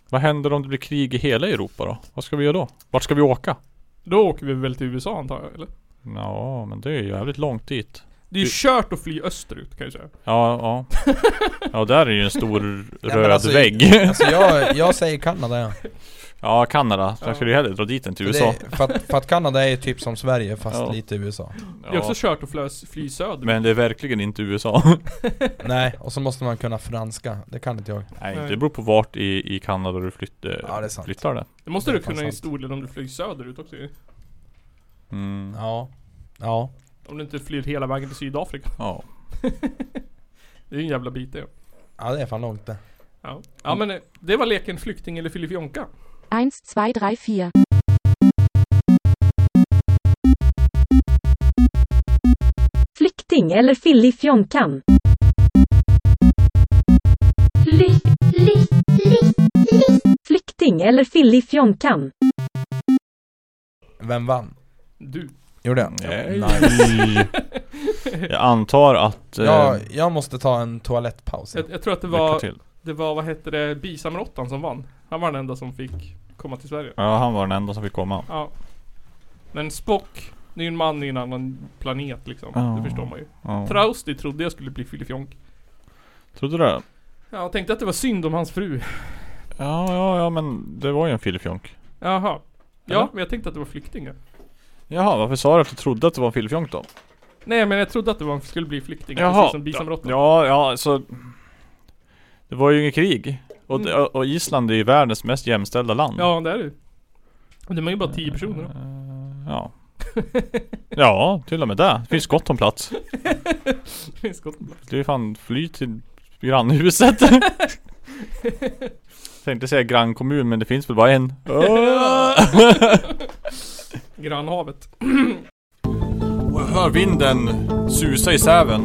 Vad händer om det blir krig i hela Europa då? Vad ska vi göra då? Vart ska vi åka? Då åker vi väl till USA antar jag, eller? Ja, men det är ju jävligt långt dit. Det är ju Det- kört att fly österut kan jag säga. Ja, ja. Ja, där är ju en <laughs> stor men röd alltså- vägg. <laughs> Alltså jag, jag säger Kanada ja. ja, Kanada. Ja. Där skulle du hellre dra dit än till För <laughs> USA. Det, för, att, för att Kanada är ju typ som Sverige fast Ja. lite USA Det är Ja. också kört att flö, fly söderut. Men det är verkligen <laughs> inte USA. Nej, och så måste man kunna franska, det kan inte jag Nej, Nej. det beror på vart i, i Kanada du flytt, Ja, det är sant. flyttar det. Det måste Det du är fan kunna i sant. stor del om du flyger söderut också ju. Mm. Ja Ja Om du inte flyr hela vägen till Sydafrika. <laughs> Ja. Det är ju en jävla bit det. Ja det är fan långt det Ja, ja men eh, det var leken flykting eller filifjonka. 1, 2, 3, 4. Flykting eller Filifjonkan. Flytt, flytt, flytt, flytt. Flykting eller Filifjonkan. Vem vann? Du. Gjorde jag? <laughs> Nej. Nice. Jag antar att... eh, Ja, jag måste ta en toalettpaus Jag, jag tror att det lycka var, till. det var vad hette det, Bisamrottan som vann. Han var den enda som fick komma till Sverige. Ja, han var den enda som fick komma. Ja. Men Spock, det är ju en man i en annan planet liksom. Ja. Det förstår man ju. Ja. Trausti trodde jag skulle bli filifjonk. Trodde du det? Ja, jag tänkte att det var synd om hans fru. Ja, ja, ja men det var ju en filifjonk. Jaha. Ja, Eller? men jag tänkte att det var flykting ja. Jaha, varför sa du att du trodde att det var en filifjonk då? Nej men jag trodde att det var, skulle bli flykting. Precis som Bisamrottan. Ja, ja, så... Det var ju inget krig. Och, det- och Island är ju världens mest jämställda land. Mm. Ja, det är det ju. Men De är ju bara tio personer då. Eh, Ja. ja, till och med där. Det finns gott om plats. Det är Skottland. Du är fan fly till <laughs> grannhuset. Tänkte säga grannkommun men det finns väl <laughs> bara en. Grannhavet. Jag hör vinden susa i säven.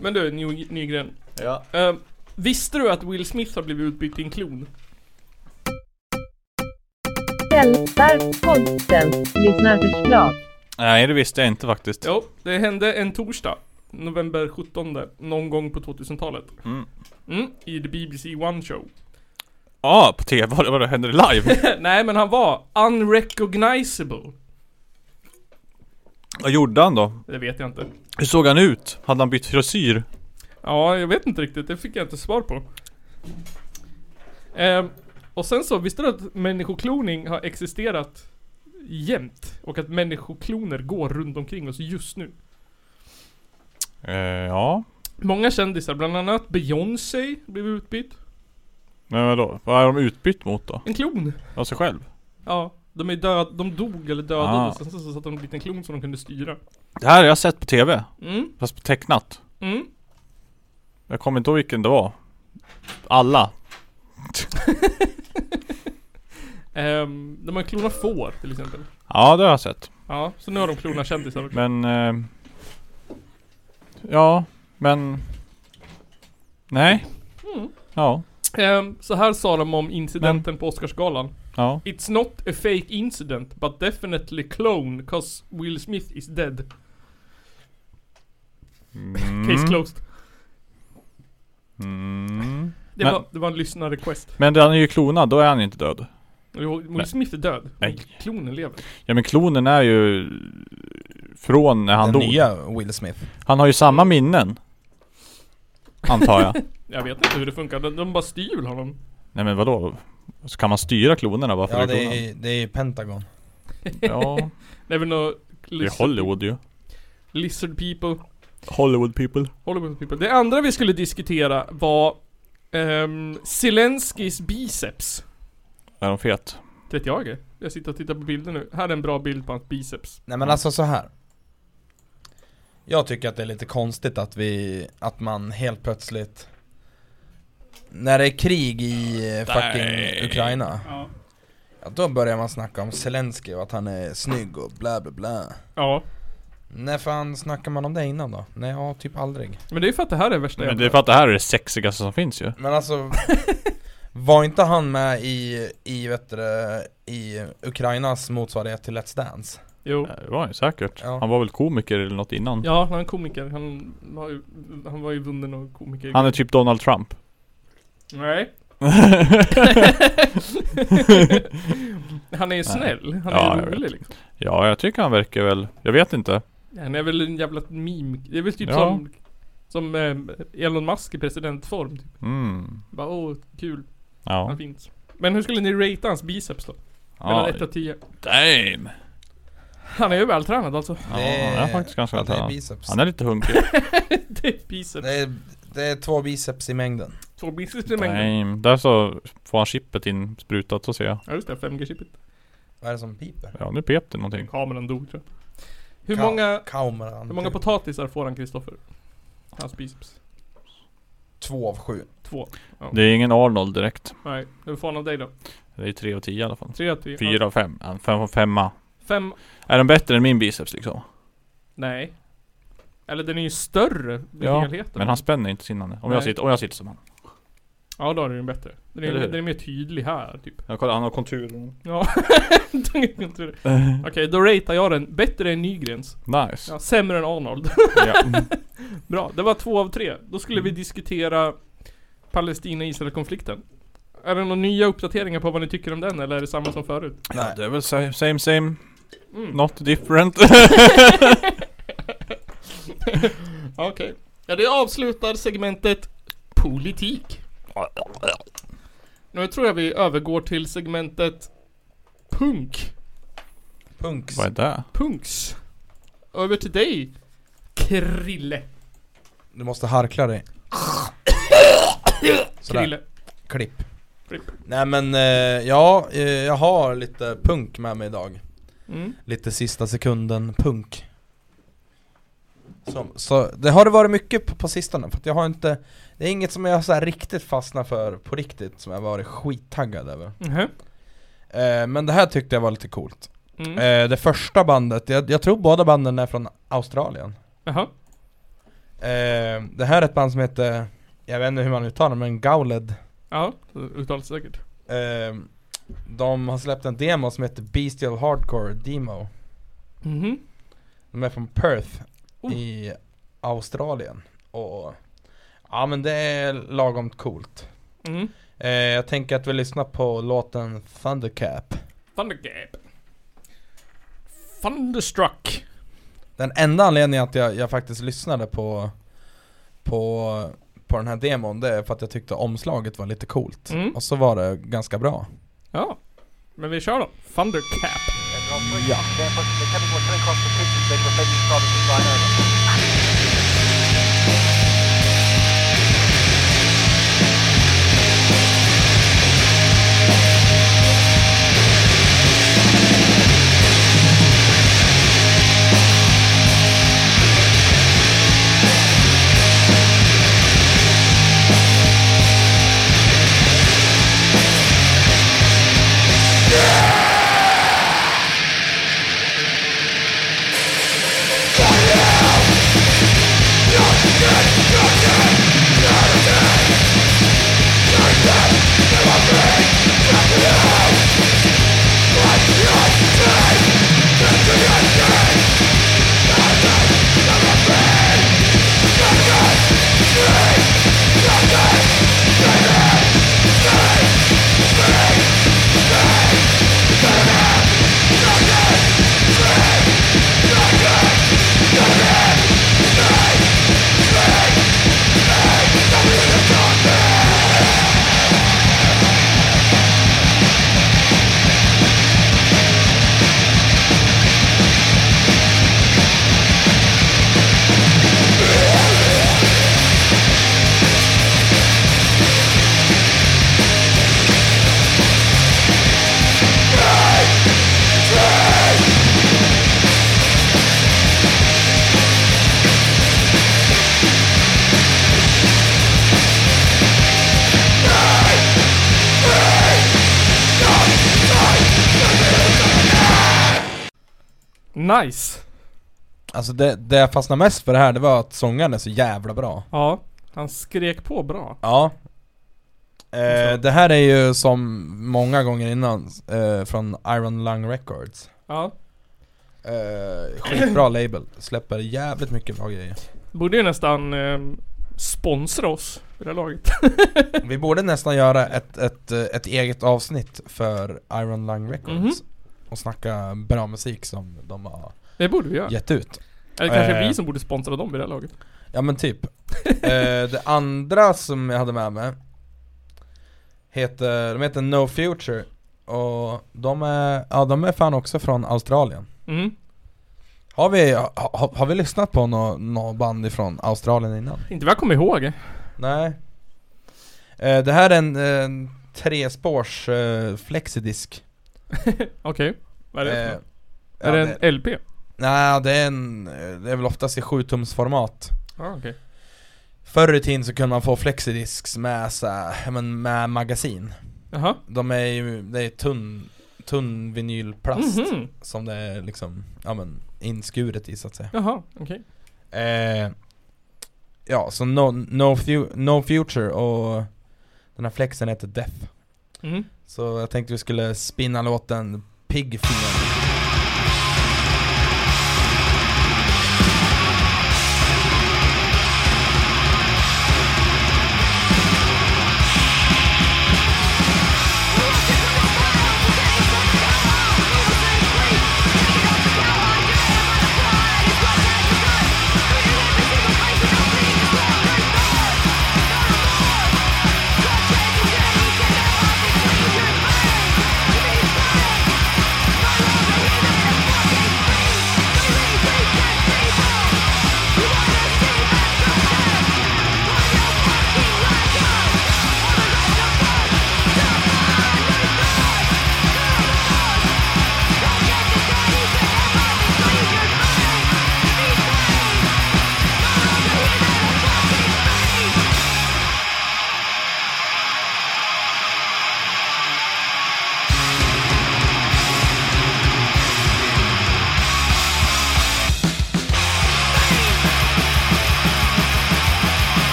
Men du Ny- Nygren. Ja. Eh, visste du att Will Smith har blivit utbytt till en klon? Frälsarpodden. Lyssnarförslag. Nej, det visste jag inte faktiskt. Jo, det hände en torsdag. November 17. Någon gång på 2000-talet. Mm. Mm, I the BBC One Show. Eh, Ja, ah, på TV. Vad, vad hände det live? Nej men han var unrecognizable. Vad gjorde han då? Det vet jag inte. Hur såg han ut? Hade han bytt frisyr? Ja, jag vet inte riktigt. Det fick jag inte svar på. Ehm, och sen så, visste du att människokloning har existerat jämt? Och att människokloner går runt omkring oss just nu. Eh, ja. Många kändisar, bland annat Beyoncé, blev utbytt. Men vadå? Vad är de utbytt mot då? En klon. Av sig själv? Ja, de är död, de dog eller dödade Ah. och sen så så satt de en liten klon som de kunde styra. Det här har jag sett på TV. Mm, Fast på tecknat. mm. Jag kommer inte ihåg vilken det var. Alla. Ehm, de har klonat får till exempel. Ja, det har jag sett. Ja, så nu har de klonat kändisar också. Men... Eh, ja, men... Nej. Ja, Ehm, så här sa de om incidenten på Oscarsgalan. ja. It's not a fake incident, but definitely clone, cause Will Smith is dead. Case closed. Mm. Det, Men- var, det var en lyssnarrequest. Men han är ju klonad, då är han ju inte död. Jo, Will Nej. Smith är död. Nej. Men klonen lever. Ja men klonen är ju från när han Den dog. nya Will Smith. Han har ju samma minnen. Antar jag. Jag vet inte hur det funkar. De, de bara styr väl honom. Nej men vadå? Så kan man styra klonerna bara för Ja att det klona? är, det är Pentagon. <laughs> Ja, Det är väl nå- det är lizard, Hollywood ju. lizard people. Hollywood people. Hollywood people. Det andra vi skulle diskutera var um, Zelenskyjs biceps. Är de fet? Vet jag det? Jag sitter och tittar på bilder nu. Här är en bra bild på hans biceps. Nej men alltså så här. Jag tycker att det är lite konstigt att vi, att man helt plötsligt När det är krig i eh, fucking Nej. Ukraina Ja. ja, Då börjar man snacka om Zelensky och att han är snygg och bla bla bla Ja. När fan snackar man om det innan då? Nej ja, typ aldrig Men det är för att det här är värsta Men jävla- det är för att det här är det sexigaste som finns ju. Men alltså <laughs> Var inte han med i, i vet du, det, i Ukrainas motsvarighet till Let's Dance? Jo. Det var han ju säkert. Ja. Han var väl komiker eller något innan. Ja, han är komiker. Han, har ju- han var ju vunnen av komiker. Han är typ Donald Trump. Nej. <laughs> han är ju snäll. Han Ja, är ju jag rolig vet. liksom. Ja, jag tycker han verkar väl... Jag vet inte. Han är väl en jävla meme. Det är väl typ Ja. som som eh, Elon Musk i presidentform. Typ. Mm. Bara åh, kul. Ja. Han finns. Men hur skulle ni ratea hans biceps då? Mellan ja. 1 och 10. Damn! Han är ju vältränad alltså. <laughs> Ja, han är faktiskt ganska ja, det är vältränad. biceps Han är lite <laughs> hunkig. Det är biceps. det är, det är två biceps i mängden Två biceps i mängden. Nej, där så får han chippet insprutat så ser jag. Ja just det, 5G-chippet. Vad är det som piper? Ja, nu pep det någonting. Kameran dog tror jag. Hur Ka- många, Kameran hur många potatisar får han Kristoffer? Hans biceps. Två av sju Två. Det är ingen Arnold direkt. Nej, hur får han av dig då? Det är 3 av 10 i alla fall. Tre av tio? Fyra av fem. Ja, fem av femma. Fem? Är den bättre än min biceps liksom? Nej. Eller den är ju större i Ja, helheten. Men han spänner inte sina nu. Om jag Nej. sitter, om jag sitter som han. Ja då är den bättre. Den är, Eller hur? den är mer tydlig här typ. Jag kollar, han har konturer. Ja. <laughs> Den är inte- Okej, då ratear jag den bättre än Nygrens. <laughs> Nice. Ja, sämre än Arnold. <laughs> Ja. Bra, det var två av tre. Då skulle Mm. vi diskutera Palestina-Israel-konflikten. Är det några nya uppdateringar på vad ni tycker om den eller är det samma som förut? Ja, det är väl sa- same same. Mm. Not different. <laughs> Okej. Ja, det avslutar segmentet politik. Nu tror jag vi övergår till segmentet punk. Punks Vad är det? Punks. Över till dig, Krille. Du måste harkla dig Sådär, Krille. klipp Klipp. Nej men eh, ja, eh, jag har lite punk med mig idag Mm. Lite sista sekunden punk som, Så det har det varit mycket på, på sistone för att jag har inte Det är inget som jag så här riktigt fastnat för på riktigt som jag har varit skittaggad över Mhm. eh, Men det här tyckte jag var lite coolt Mm. eh, Det första bandet, jag, jag tror båda banden är från Australien Jaha. Eh, det här är ett band som heter, jag vet inte hur man uttalar det, men Gauled Ja, uttalas säkert. eh, De har släppt en demo som heter Bestial Hardcore Demo Mhm. De är från Perth i Australien och Ja men det är lagom coolt Mm. eh, Jag tänker att vi lyssnar på låten Thundercap Thundergap. Thunderstruck. Den enda anledningen att jag, jag faktiskt lyssnade på, på, på den här demon det är för att jag tyckte omslaget var lite coolt Mm. Och så var det ganska bra Ja. Men vi kör då. Thundercap. Ja. Nice. Alltså det, det jag fastnade mest för det här det var att sångaren är så jävla bra Ja. Han skrek på bra. Ja eh, Det här är ju som många gånger innan eh, från Iron Lung Records Ja. eh, Skitbra label, släpper jävligt mycket bra grejer Borde ju nästan eh, sponsra oss i det här laget. <laughs> Vi borde nästan göra ett, ett, eh, ett eget avsnitt för Iron Lung Records Mhm. Och snacka bra musik som de har Det borde vi göra. gett ut Eller kanske Eh. vi som borde sponsra dem i det här laget. Ja men typ eh, Det andra som jag hade med mig heter, De heter No Future Och de är, ja de är fan också från Australien Mm. Har vi, ha, ha- har vi lyssnat på något nå band ifrån Australien innan? Inte vad jag kommer ihåg. Nej eh, Det här är en, en trespårs eh, flexidisk Okej. Vad är det? för Eh, något? ja, är det en LP? Nej, det är en, det är väl oftast i 7-tumsformat Ja, ah, okej. Förr i tiden så kunde man få flexidisks med så här, ja, men med magasin Jaha. De är ju, det är tunn, tunn vinylplast Mhm. Som det är liksom, ja men inskuret i så att säga Jaha, okej. eh, Ja, så no, no, fu- no Future och den här flexen heter Death Mm. Så jag tänkte vi skulle spinna låten Pig Fiend Thank you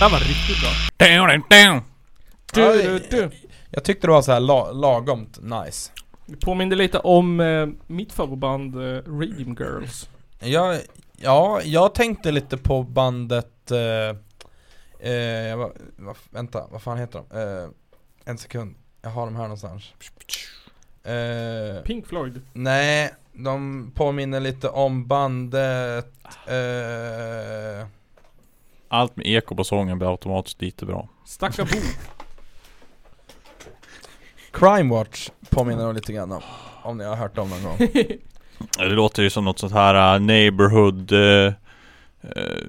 Den var riktigt bra. Ja, Du, du, det- du. Jag tyckte det var så här la, lagomt nice. Det påminner lite om eh, mitt favoritband eh, Redeem Girls. Jag, ja, jag tänkte lite på bandet... Eh, eh, vad- vad- vänta, vad fan heter de? Eh, en sekund, jag har dem här någonstans. Eh, Pink Floyd. nej, de påminner lite om bandet... Eh, Allt med eko på sången blir automatiskt lite bra. Stacka <laughs> bo. Crime Watch påminner de lite grann om. Om ni har hört dem någon gång. Det låter ju som något sånt här eh, neighborhood eh, eh,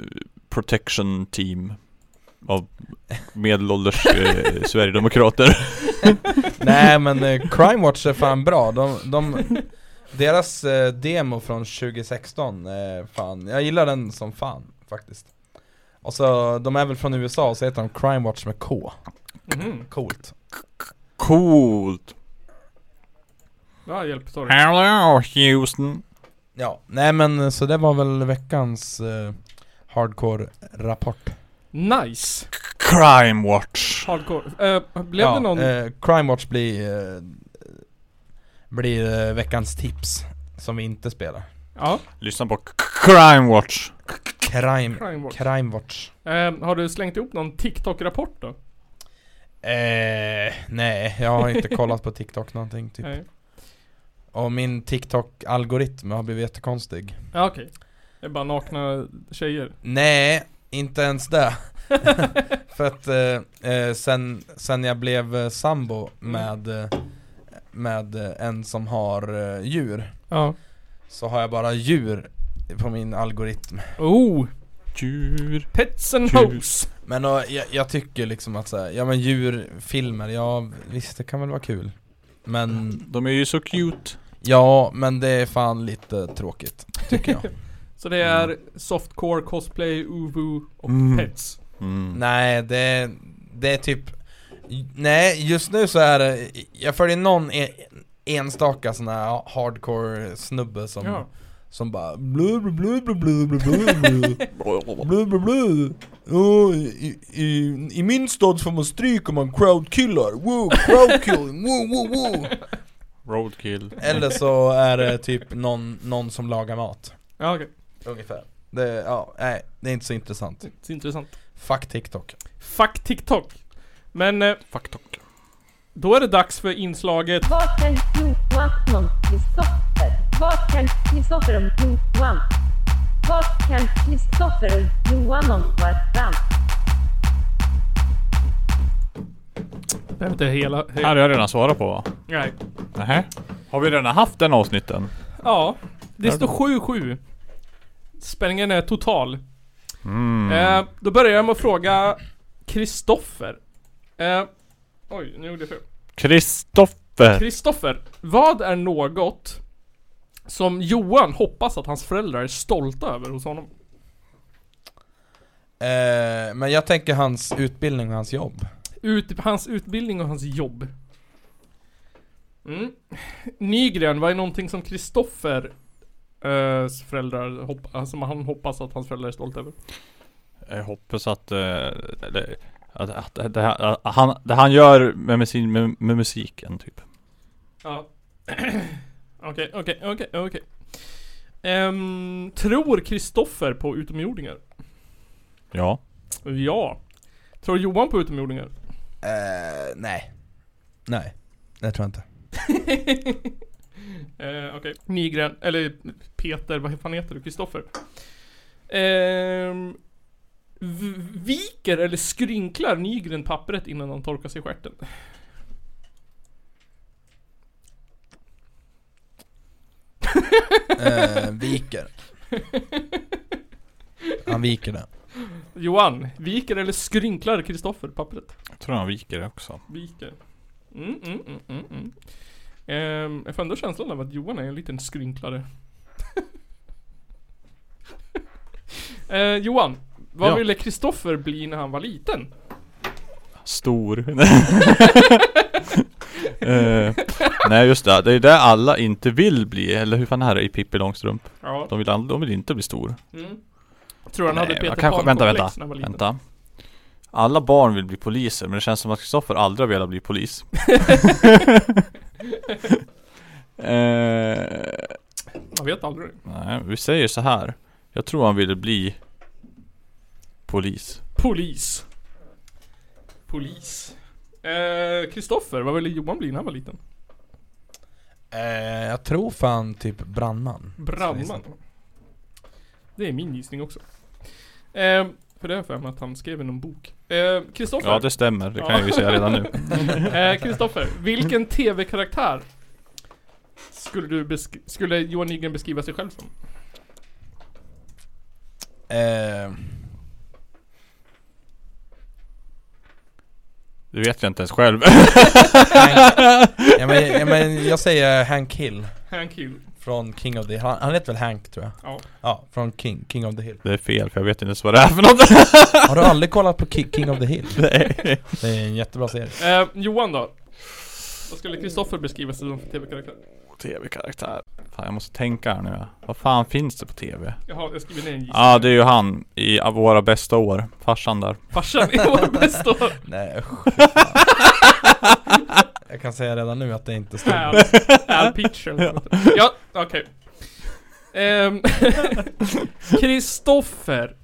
protection team av <laughs> medelålders eh, sverigedemokrater. Nej men eh, Crime Watch är fan bra, de, de Deras eh, demo från 2016, eh, fan, jag gillar den som fan faktiskt Och så, de är väl från USA och så heter de Crime Watch med K, Mhm. coolt Coolt! Ja, hjälp. Sorry. Hello Houston! Ja, nej men eh, så det var väl veckans eh, Hardcore-rapport Nice! Crime Watch! Hardcore. Eh, blev ja, det någon... eh, Crime Watch blir, eh, blir eh, veckans tips som vi inte spelar Ja, Lyssna på Crime Watch! Crime, Crime Watch. Crime Watch Eh, har du slängt ihop någon TikTok-rapport då? Eh, nej, jag har inte kollat på TikTok någonting typ. Nej. Och min TikTok-algoritm har blivit jättekonstig. Ja, okej. Det är bara nakna tjejer. Nej, inte ens det. För att eh, eh, sen, sen jag blev eh, sambo med, eh, med eh, en som har eh, djur, Ja. så har jag bara djur på min algoritm. Oh! Djur. Pets and Kul. hoes! Men och, jag, jag tycker liksom att så här, ja men djurfilmer, ja visst det kan väl vara kul. Men De är ju så cute. ja, men det är fan lite tråkigt, tycker jag. Så det är softcore, cosplay, uvu och Mm. pets. Mm. Nej, det, det är typ Nej, just nu så är det Jag följer någon en, enstaka sån här hardcore snubbe som, Mm. Ja. som bara blu blu blu blu blu blu blu blu blu blu Ja, i, i, I min stad får man stryk om man crowdkillar, wow, crowdkilling, wow, wow, wow Roadkill. Eller så är det typ någon, någon som lagar mat, Ja, okej. ungefär det, ja, nej, det är inte så intressant Det är intressant. Fuck TikTok Fuck TikTok. Men eh, Fuck talk. då är det dags för inslaget Vad kan Johan om Kristoffer? Vad kan Kristoffer om Johan? Vad kan Kristoffer och Johan om varann? Behöver inte hela... he- Det här har jag redan svarat på va? Nej. Nähä? Har vi redan haft den avsnitten? Ja. Det står 7-7. Spänningen är total. Mm. Eh, då börjar jag med att fråga Kristoffer. Eh, oj, nu gjorde jag fel. Kristoffer! Kristoffer, vad är något som Johan hoppas att hans föräldrar är stolta över hos honom? Eh, men jag tänker hans utbildning och hans jobb. Ut, hans utbildning och hans jobb. Mm. Nygren, vad är någonting som Kristoffer eh, föräldrar hoppa, eh, som han hoppas att hans föräldrar är stolta över? Jag hoppas att, eh, eller, att, att, att, det här- att han, det han gör med, musin, med, med musiken typ. Ja. <clears throat> Okej, okej, okej, okej. Ehm, Tror Kristoffer på utomjordingar? Ja. Ja. Tror Johan på utomjordingar? Eh, nej. Nej, det tror jag inte. <laughs> Eh, Okej, Nygren, eller Peter, vad fan heter du? Kristoffer? Ehm, v- viker eller skrynklar Nygren pappret innan han torkar sig i stjärten? <laughs> Eh, viker. Han viker det. Johan, viker eller skrynklar Kristoffer pappret? Jag tror han viker det också. Viker. Mm, mm, mm, mm, mm. Ehm, jag får ändå känslan av att Johan är en liten skrynklare. <laughs> eh, Johan, vad Ja. ville Kristoffer bli när han var liten? Stor. <laughs> Eh, nej just det, det är det alla inte vill bli. Eller hur fan är det i Pippi Långstrump? Ja. De vill, ald- de vill inte bli stor. Mm. Tror han hade Nej, Peter kanske- Pan-komplex vänta, vänta, när han var liten. vänta. Alla barn vill bli poliser, men det känns som att Kristoffer aldrig har velat bli polis eh, Man vet aldrig. Nej, vi säger så här. Jag tror han ville bli polis. Polis. Polis. Eh, Kristoffer, vad ville Johan bli när han var liten? Eh, jag tror fan typ brandman Brandman. Det är min gissning också. Eh, för det är för mig att han skrev i någon bok. Eh, Kristoffer. Eh, Ja, det stämmer. Det kan jag ju säga redan nu. Kristoffer, vilken tv-karaktär skulle, du besk- skulle Johan Nygren beskriva sig själv som? eh, Det vet jag inte ens själv. ja, men, ja, men jag säger Hank Hill Hank Hill. Från King of the Hill, han, han heter väl Hank tror jag? Ja. Ja, från King, King of the Hill Det är fel, för jag vet inte ens vad det är för något. Har du aldrig kollat på Ki- King of the Hill? Nej. Det är en jättebra serie Eh, Johan då? Vad skulle Kristoffer beskriva sig som för tv-karaktär? Tv-karaktär. Fan, jag måste tänka här nu. Vad fan finns det på tv? Jaha, jag skriver ner en gissning. Ja, det är ju han i av våra bästa år. Farsan där. Farsan är vår bästa. Nej usch, fy fan. Jag kan säga redan nu att det inte Al, stämmer Al Pitcher eller något. Ja, okej. Ehm, <laughs> Kristoffer.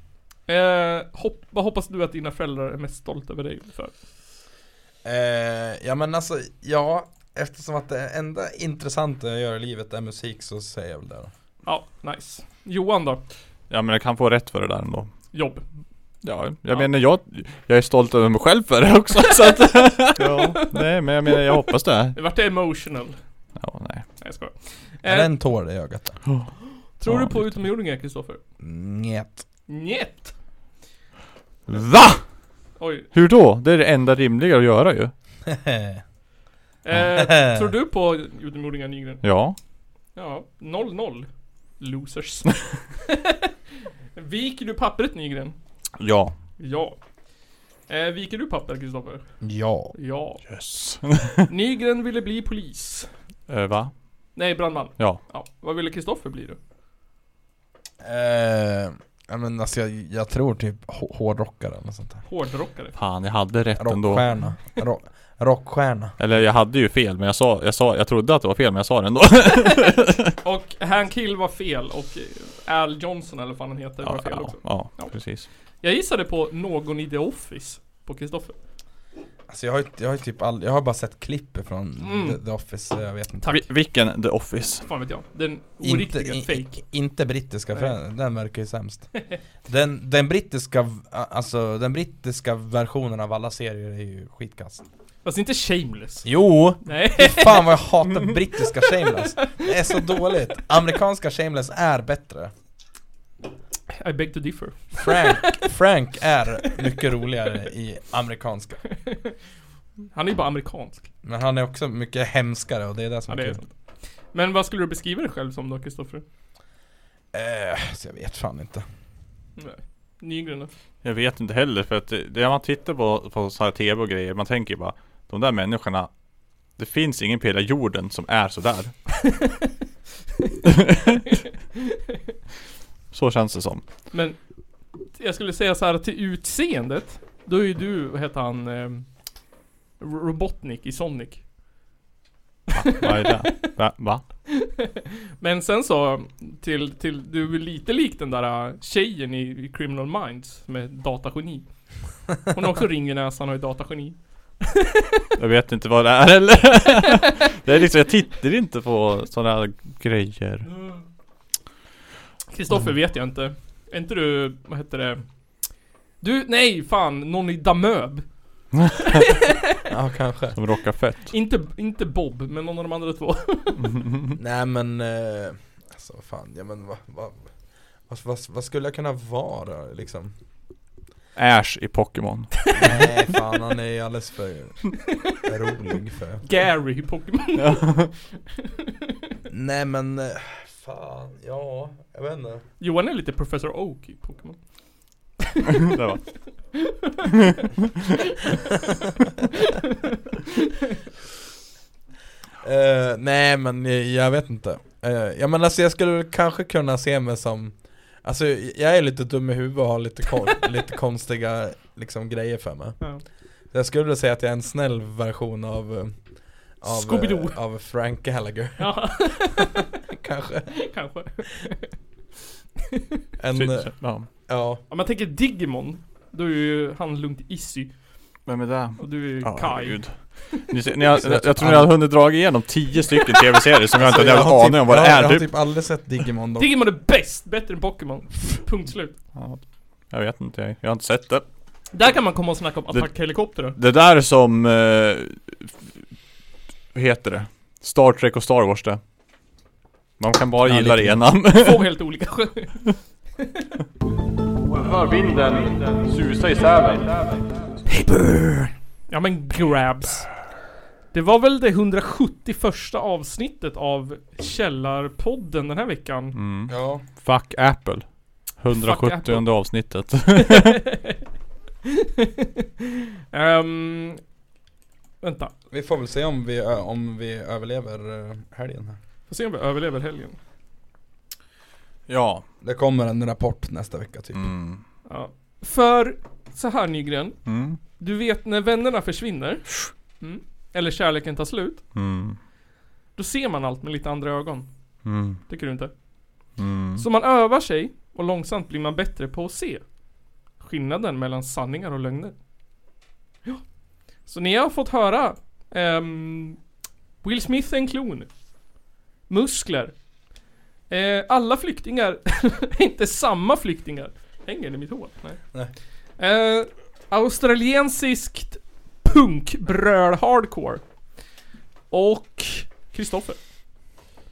eh, hopp, vad hoppas du att dina föräldrar är mest stolta över dig för? eh, Ja men alltså, ja Eftersom att det enda intressanta jag gör i livet är musik så säger jag väl det då Ja, nice. Johan då? Ja, men jag kan få rätt för det där ändå. Jobb. Ja, jag menar jag, jag är stolt över mig själv för det också <laughs> så att, ja, Nej men jag menar jag hoppas det Det vart emotional. Nej, Ja, nej jag skojar. Är det Eh, en tår i ögat? tror du Ja, på utomjordingar, Kristoffer? Njet Njet. VA? Oj. Hur då? Det är det enda rimliga att göra ju Eh, tror du på utomjordingar, Nygren? Ja Ja, 0-0. Losers. <laughs> Viker du pappret, Nygren? Ja Ja. Eh, viker du pappret, Kristoffer? Ja Ja. Yes Nygren ville bli polis. <laughs> eh, Va? Nej, brandman. Ja Ja. Vad ville Kristoffer bli då? Eh, ja men alltså jag, jag tror typ hå- hårdrockare eller något sånt där Hårdrockare. Fan jag hade rätt ändå Rockstjärna Rock, Rockstjärna Eller jag hade ju fel men jag sa, jag sa, jag trodde att det var fel men jag sa det ändå Och Hank Hill var fel och eh, Al Johnson eller vad fan han heter var <laughs> ja, fel ja, också. ja, Ja. precis Jag gissade på någon i The Office på Kristoffer. Alltså jag har ju, jag har ju typ all, jag har bara sett klipp från Mm. The, The Office, så jag vet inte Tack. Vi, Vilken The Office? Fan vet jag. Den Inte, oriktiga i- fake. inte brittiska för Nej. den, den verkar ju sämst den, den brittiska, v- alltså den brittiska versionen av alla serier är ju skitkast Fast inte shameless. Jo! Nej. <laughs> Fan vad jag hatar brittiska shameless Det är så dåligt Amerikanska shameless är bättre I beg to differ. <laughs> Frank, Frank är mycket roligare i amerikanska Han är ju bara amerikansk. Men han är också mycket hemskare och det är det som är Ja, det är kul sant. Men vad skulle du beskriva dig själv som då Kristoffer? Eh, så jag vet fan inte Nej. Nygren då? Jag vet inte heller för att det, det man tittar på, på så här tv och grejer Man tänker ju bara De där människorna Det finns ingen på hela jorden som är sådär Så känns det som Men jag skulle säga så här till utseendet. Då är ju du, vad heter han? Eh, Robotnik i Sonic. Vad är det? Va? Va? Men sen så, till, till, du är lite lik den där äh, tjejen i, i Criminal Minds med datageni. Hon har också ring i näsan och är datageni. Jag vet inte vad det är eller <laughs> Det är liksom, jag tittar inte på sådana här grejer Kristoffer vet jag inte. Är inte du, vad heter det? Du, nej fan, någon i Damöb. Ja kanske som rockar fett Inte, inte Bob, men någon av de andra två. Nej men, eh, alltså vad fan, ja men vad, vad, vad, vad, vad skulle jag kunna vara liksom? Ash i Pokémon Nej fan han är ju alldeles för rolig för Gary i Pokémon. Nej men, eh, fan, ja, jag vet <laughs> inte Johan är lite Professor Oak i <laughs> Pokémon. Där va. Eh, Nej men eh, jag vet inte Eh, Ja men alltså jag skulle väl kanske kunna se mig som Alltså jag är lite dum i huvudet och har lite, kon <laughs> lite konstiga liksom, grejer för mig Ja. Jag skulle vilja säga att jag är en snäll version av eh, av, Scooby-Doo. eh, av Frank Gallagher Ja. Kanske Kanske. en, eh, ja. ja. Om man tänker Digimon, då är ju han lugnt Issy. Vem är det? Och du är Ja, Kai. herregud. <laughs> Ni ser, ni har, jag, jag tror ni har hunnit dra igenom tio stycken tv-serier som jag inte har en jävla aning om vad det jag, har- jag är har typ. typ aldrig sett Digimon dock Digimon är bäst! Bättre än Pokémon. Punkt slut. Ja, Jag vet inte, jag, jag har inte sett det. Där kan man komma och snacka om Det- attackhelikoptrar. Det där som... Eh, vad heter det? Star Trek och Star Wars det. Man kan bara Ja, gilla det lite. ena. <laughs> Två helt olika sjöar. Hör vinden susa i säven. Ja men grabs. Det var väl det 171 avsnittet av Källarpodden den här veckan. Mm. Ja, Fuck Apple. 170 Apple. avsnittet. <laughs> Ehm, vänta. vi får väl se om vi, ö- om vi överlever eh, helgen här Får se om vi överlever helgen. ja. Det kommer en rapport nästa vecka typ Mm. Ja. För så här Nygren. Mm. Du vet när vännerna försvinner. Mm, eller kärleken tar slut. Mm. Då ser man allt med lite andra ögon. Mm. Tycker du inte? Mm. Så man övar sig och långsamt blir man bättre på att se skillnaden mellan sanningar och lögner. Ja. Så ni har fått höra ehm, Will Smith är en klon. Muskler. Eh, alla flyktingar <laughs> är inte samma flyktingar. Hänger det i mitt hår? Nej. Eh, australiensiskt punkbröl hardcore. Och Kristoffer.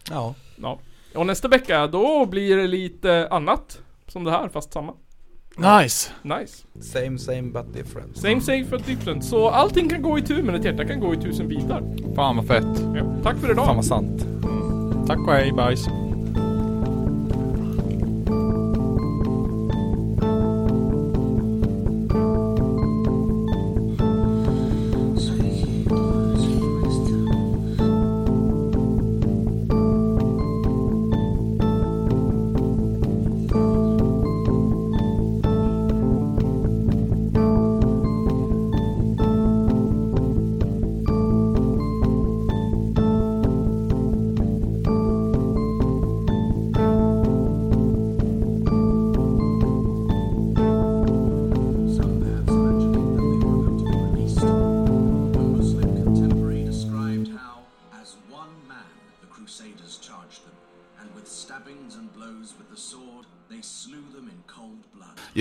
Ja Ja. Och nästa vecka, då blir det lite annat. Som det här, fast samma. Nice! Nice. Same same but different Same same but different. Så allting kan gå i tur, men ett hjärta kan gå i tusen bitar. Fan vad fett. Ja. Tack för idag. Fan vad sant Tack och hej bajs.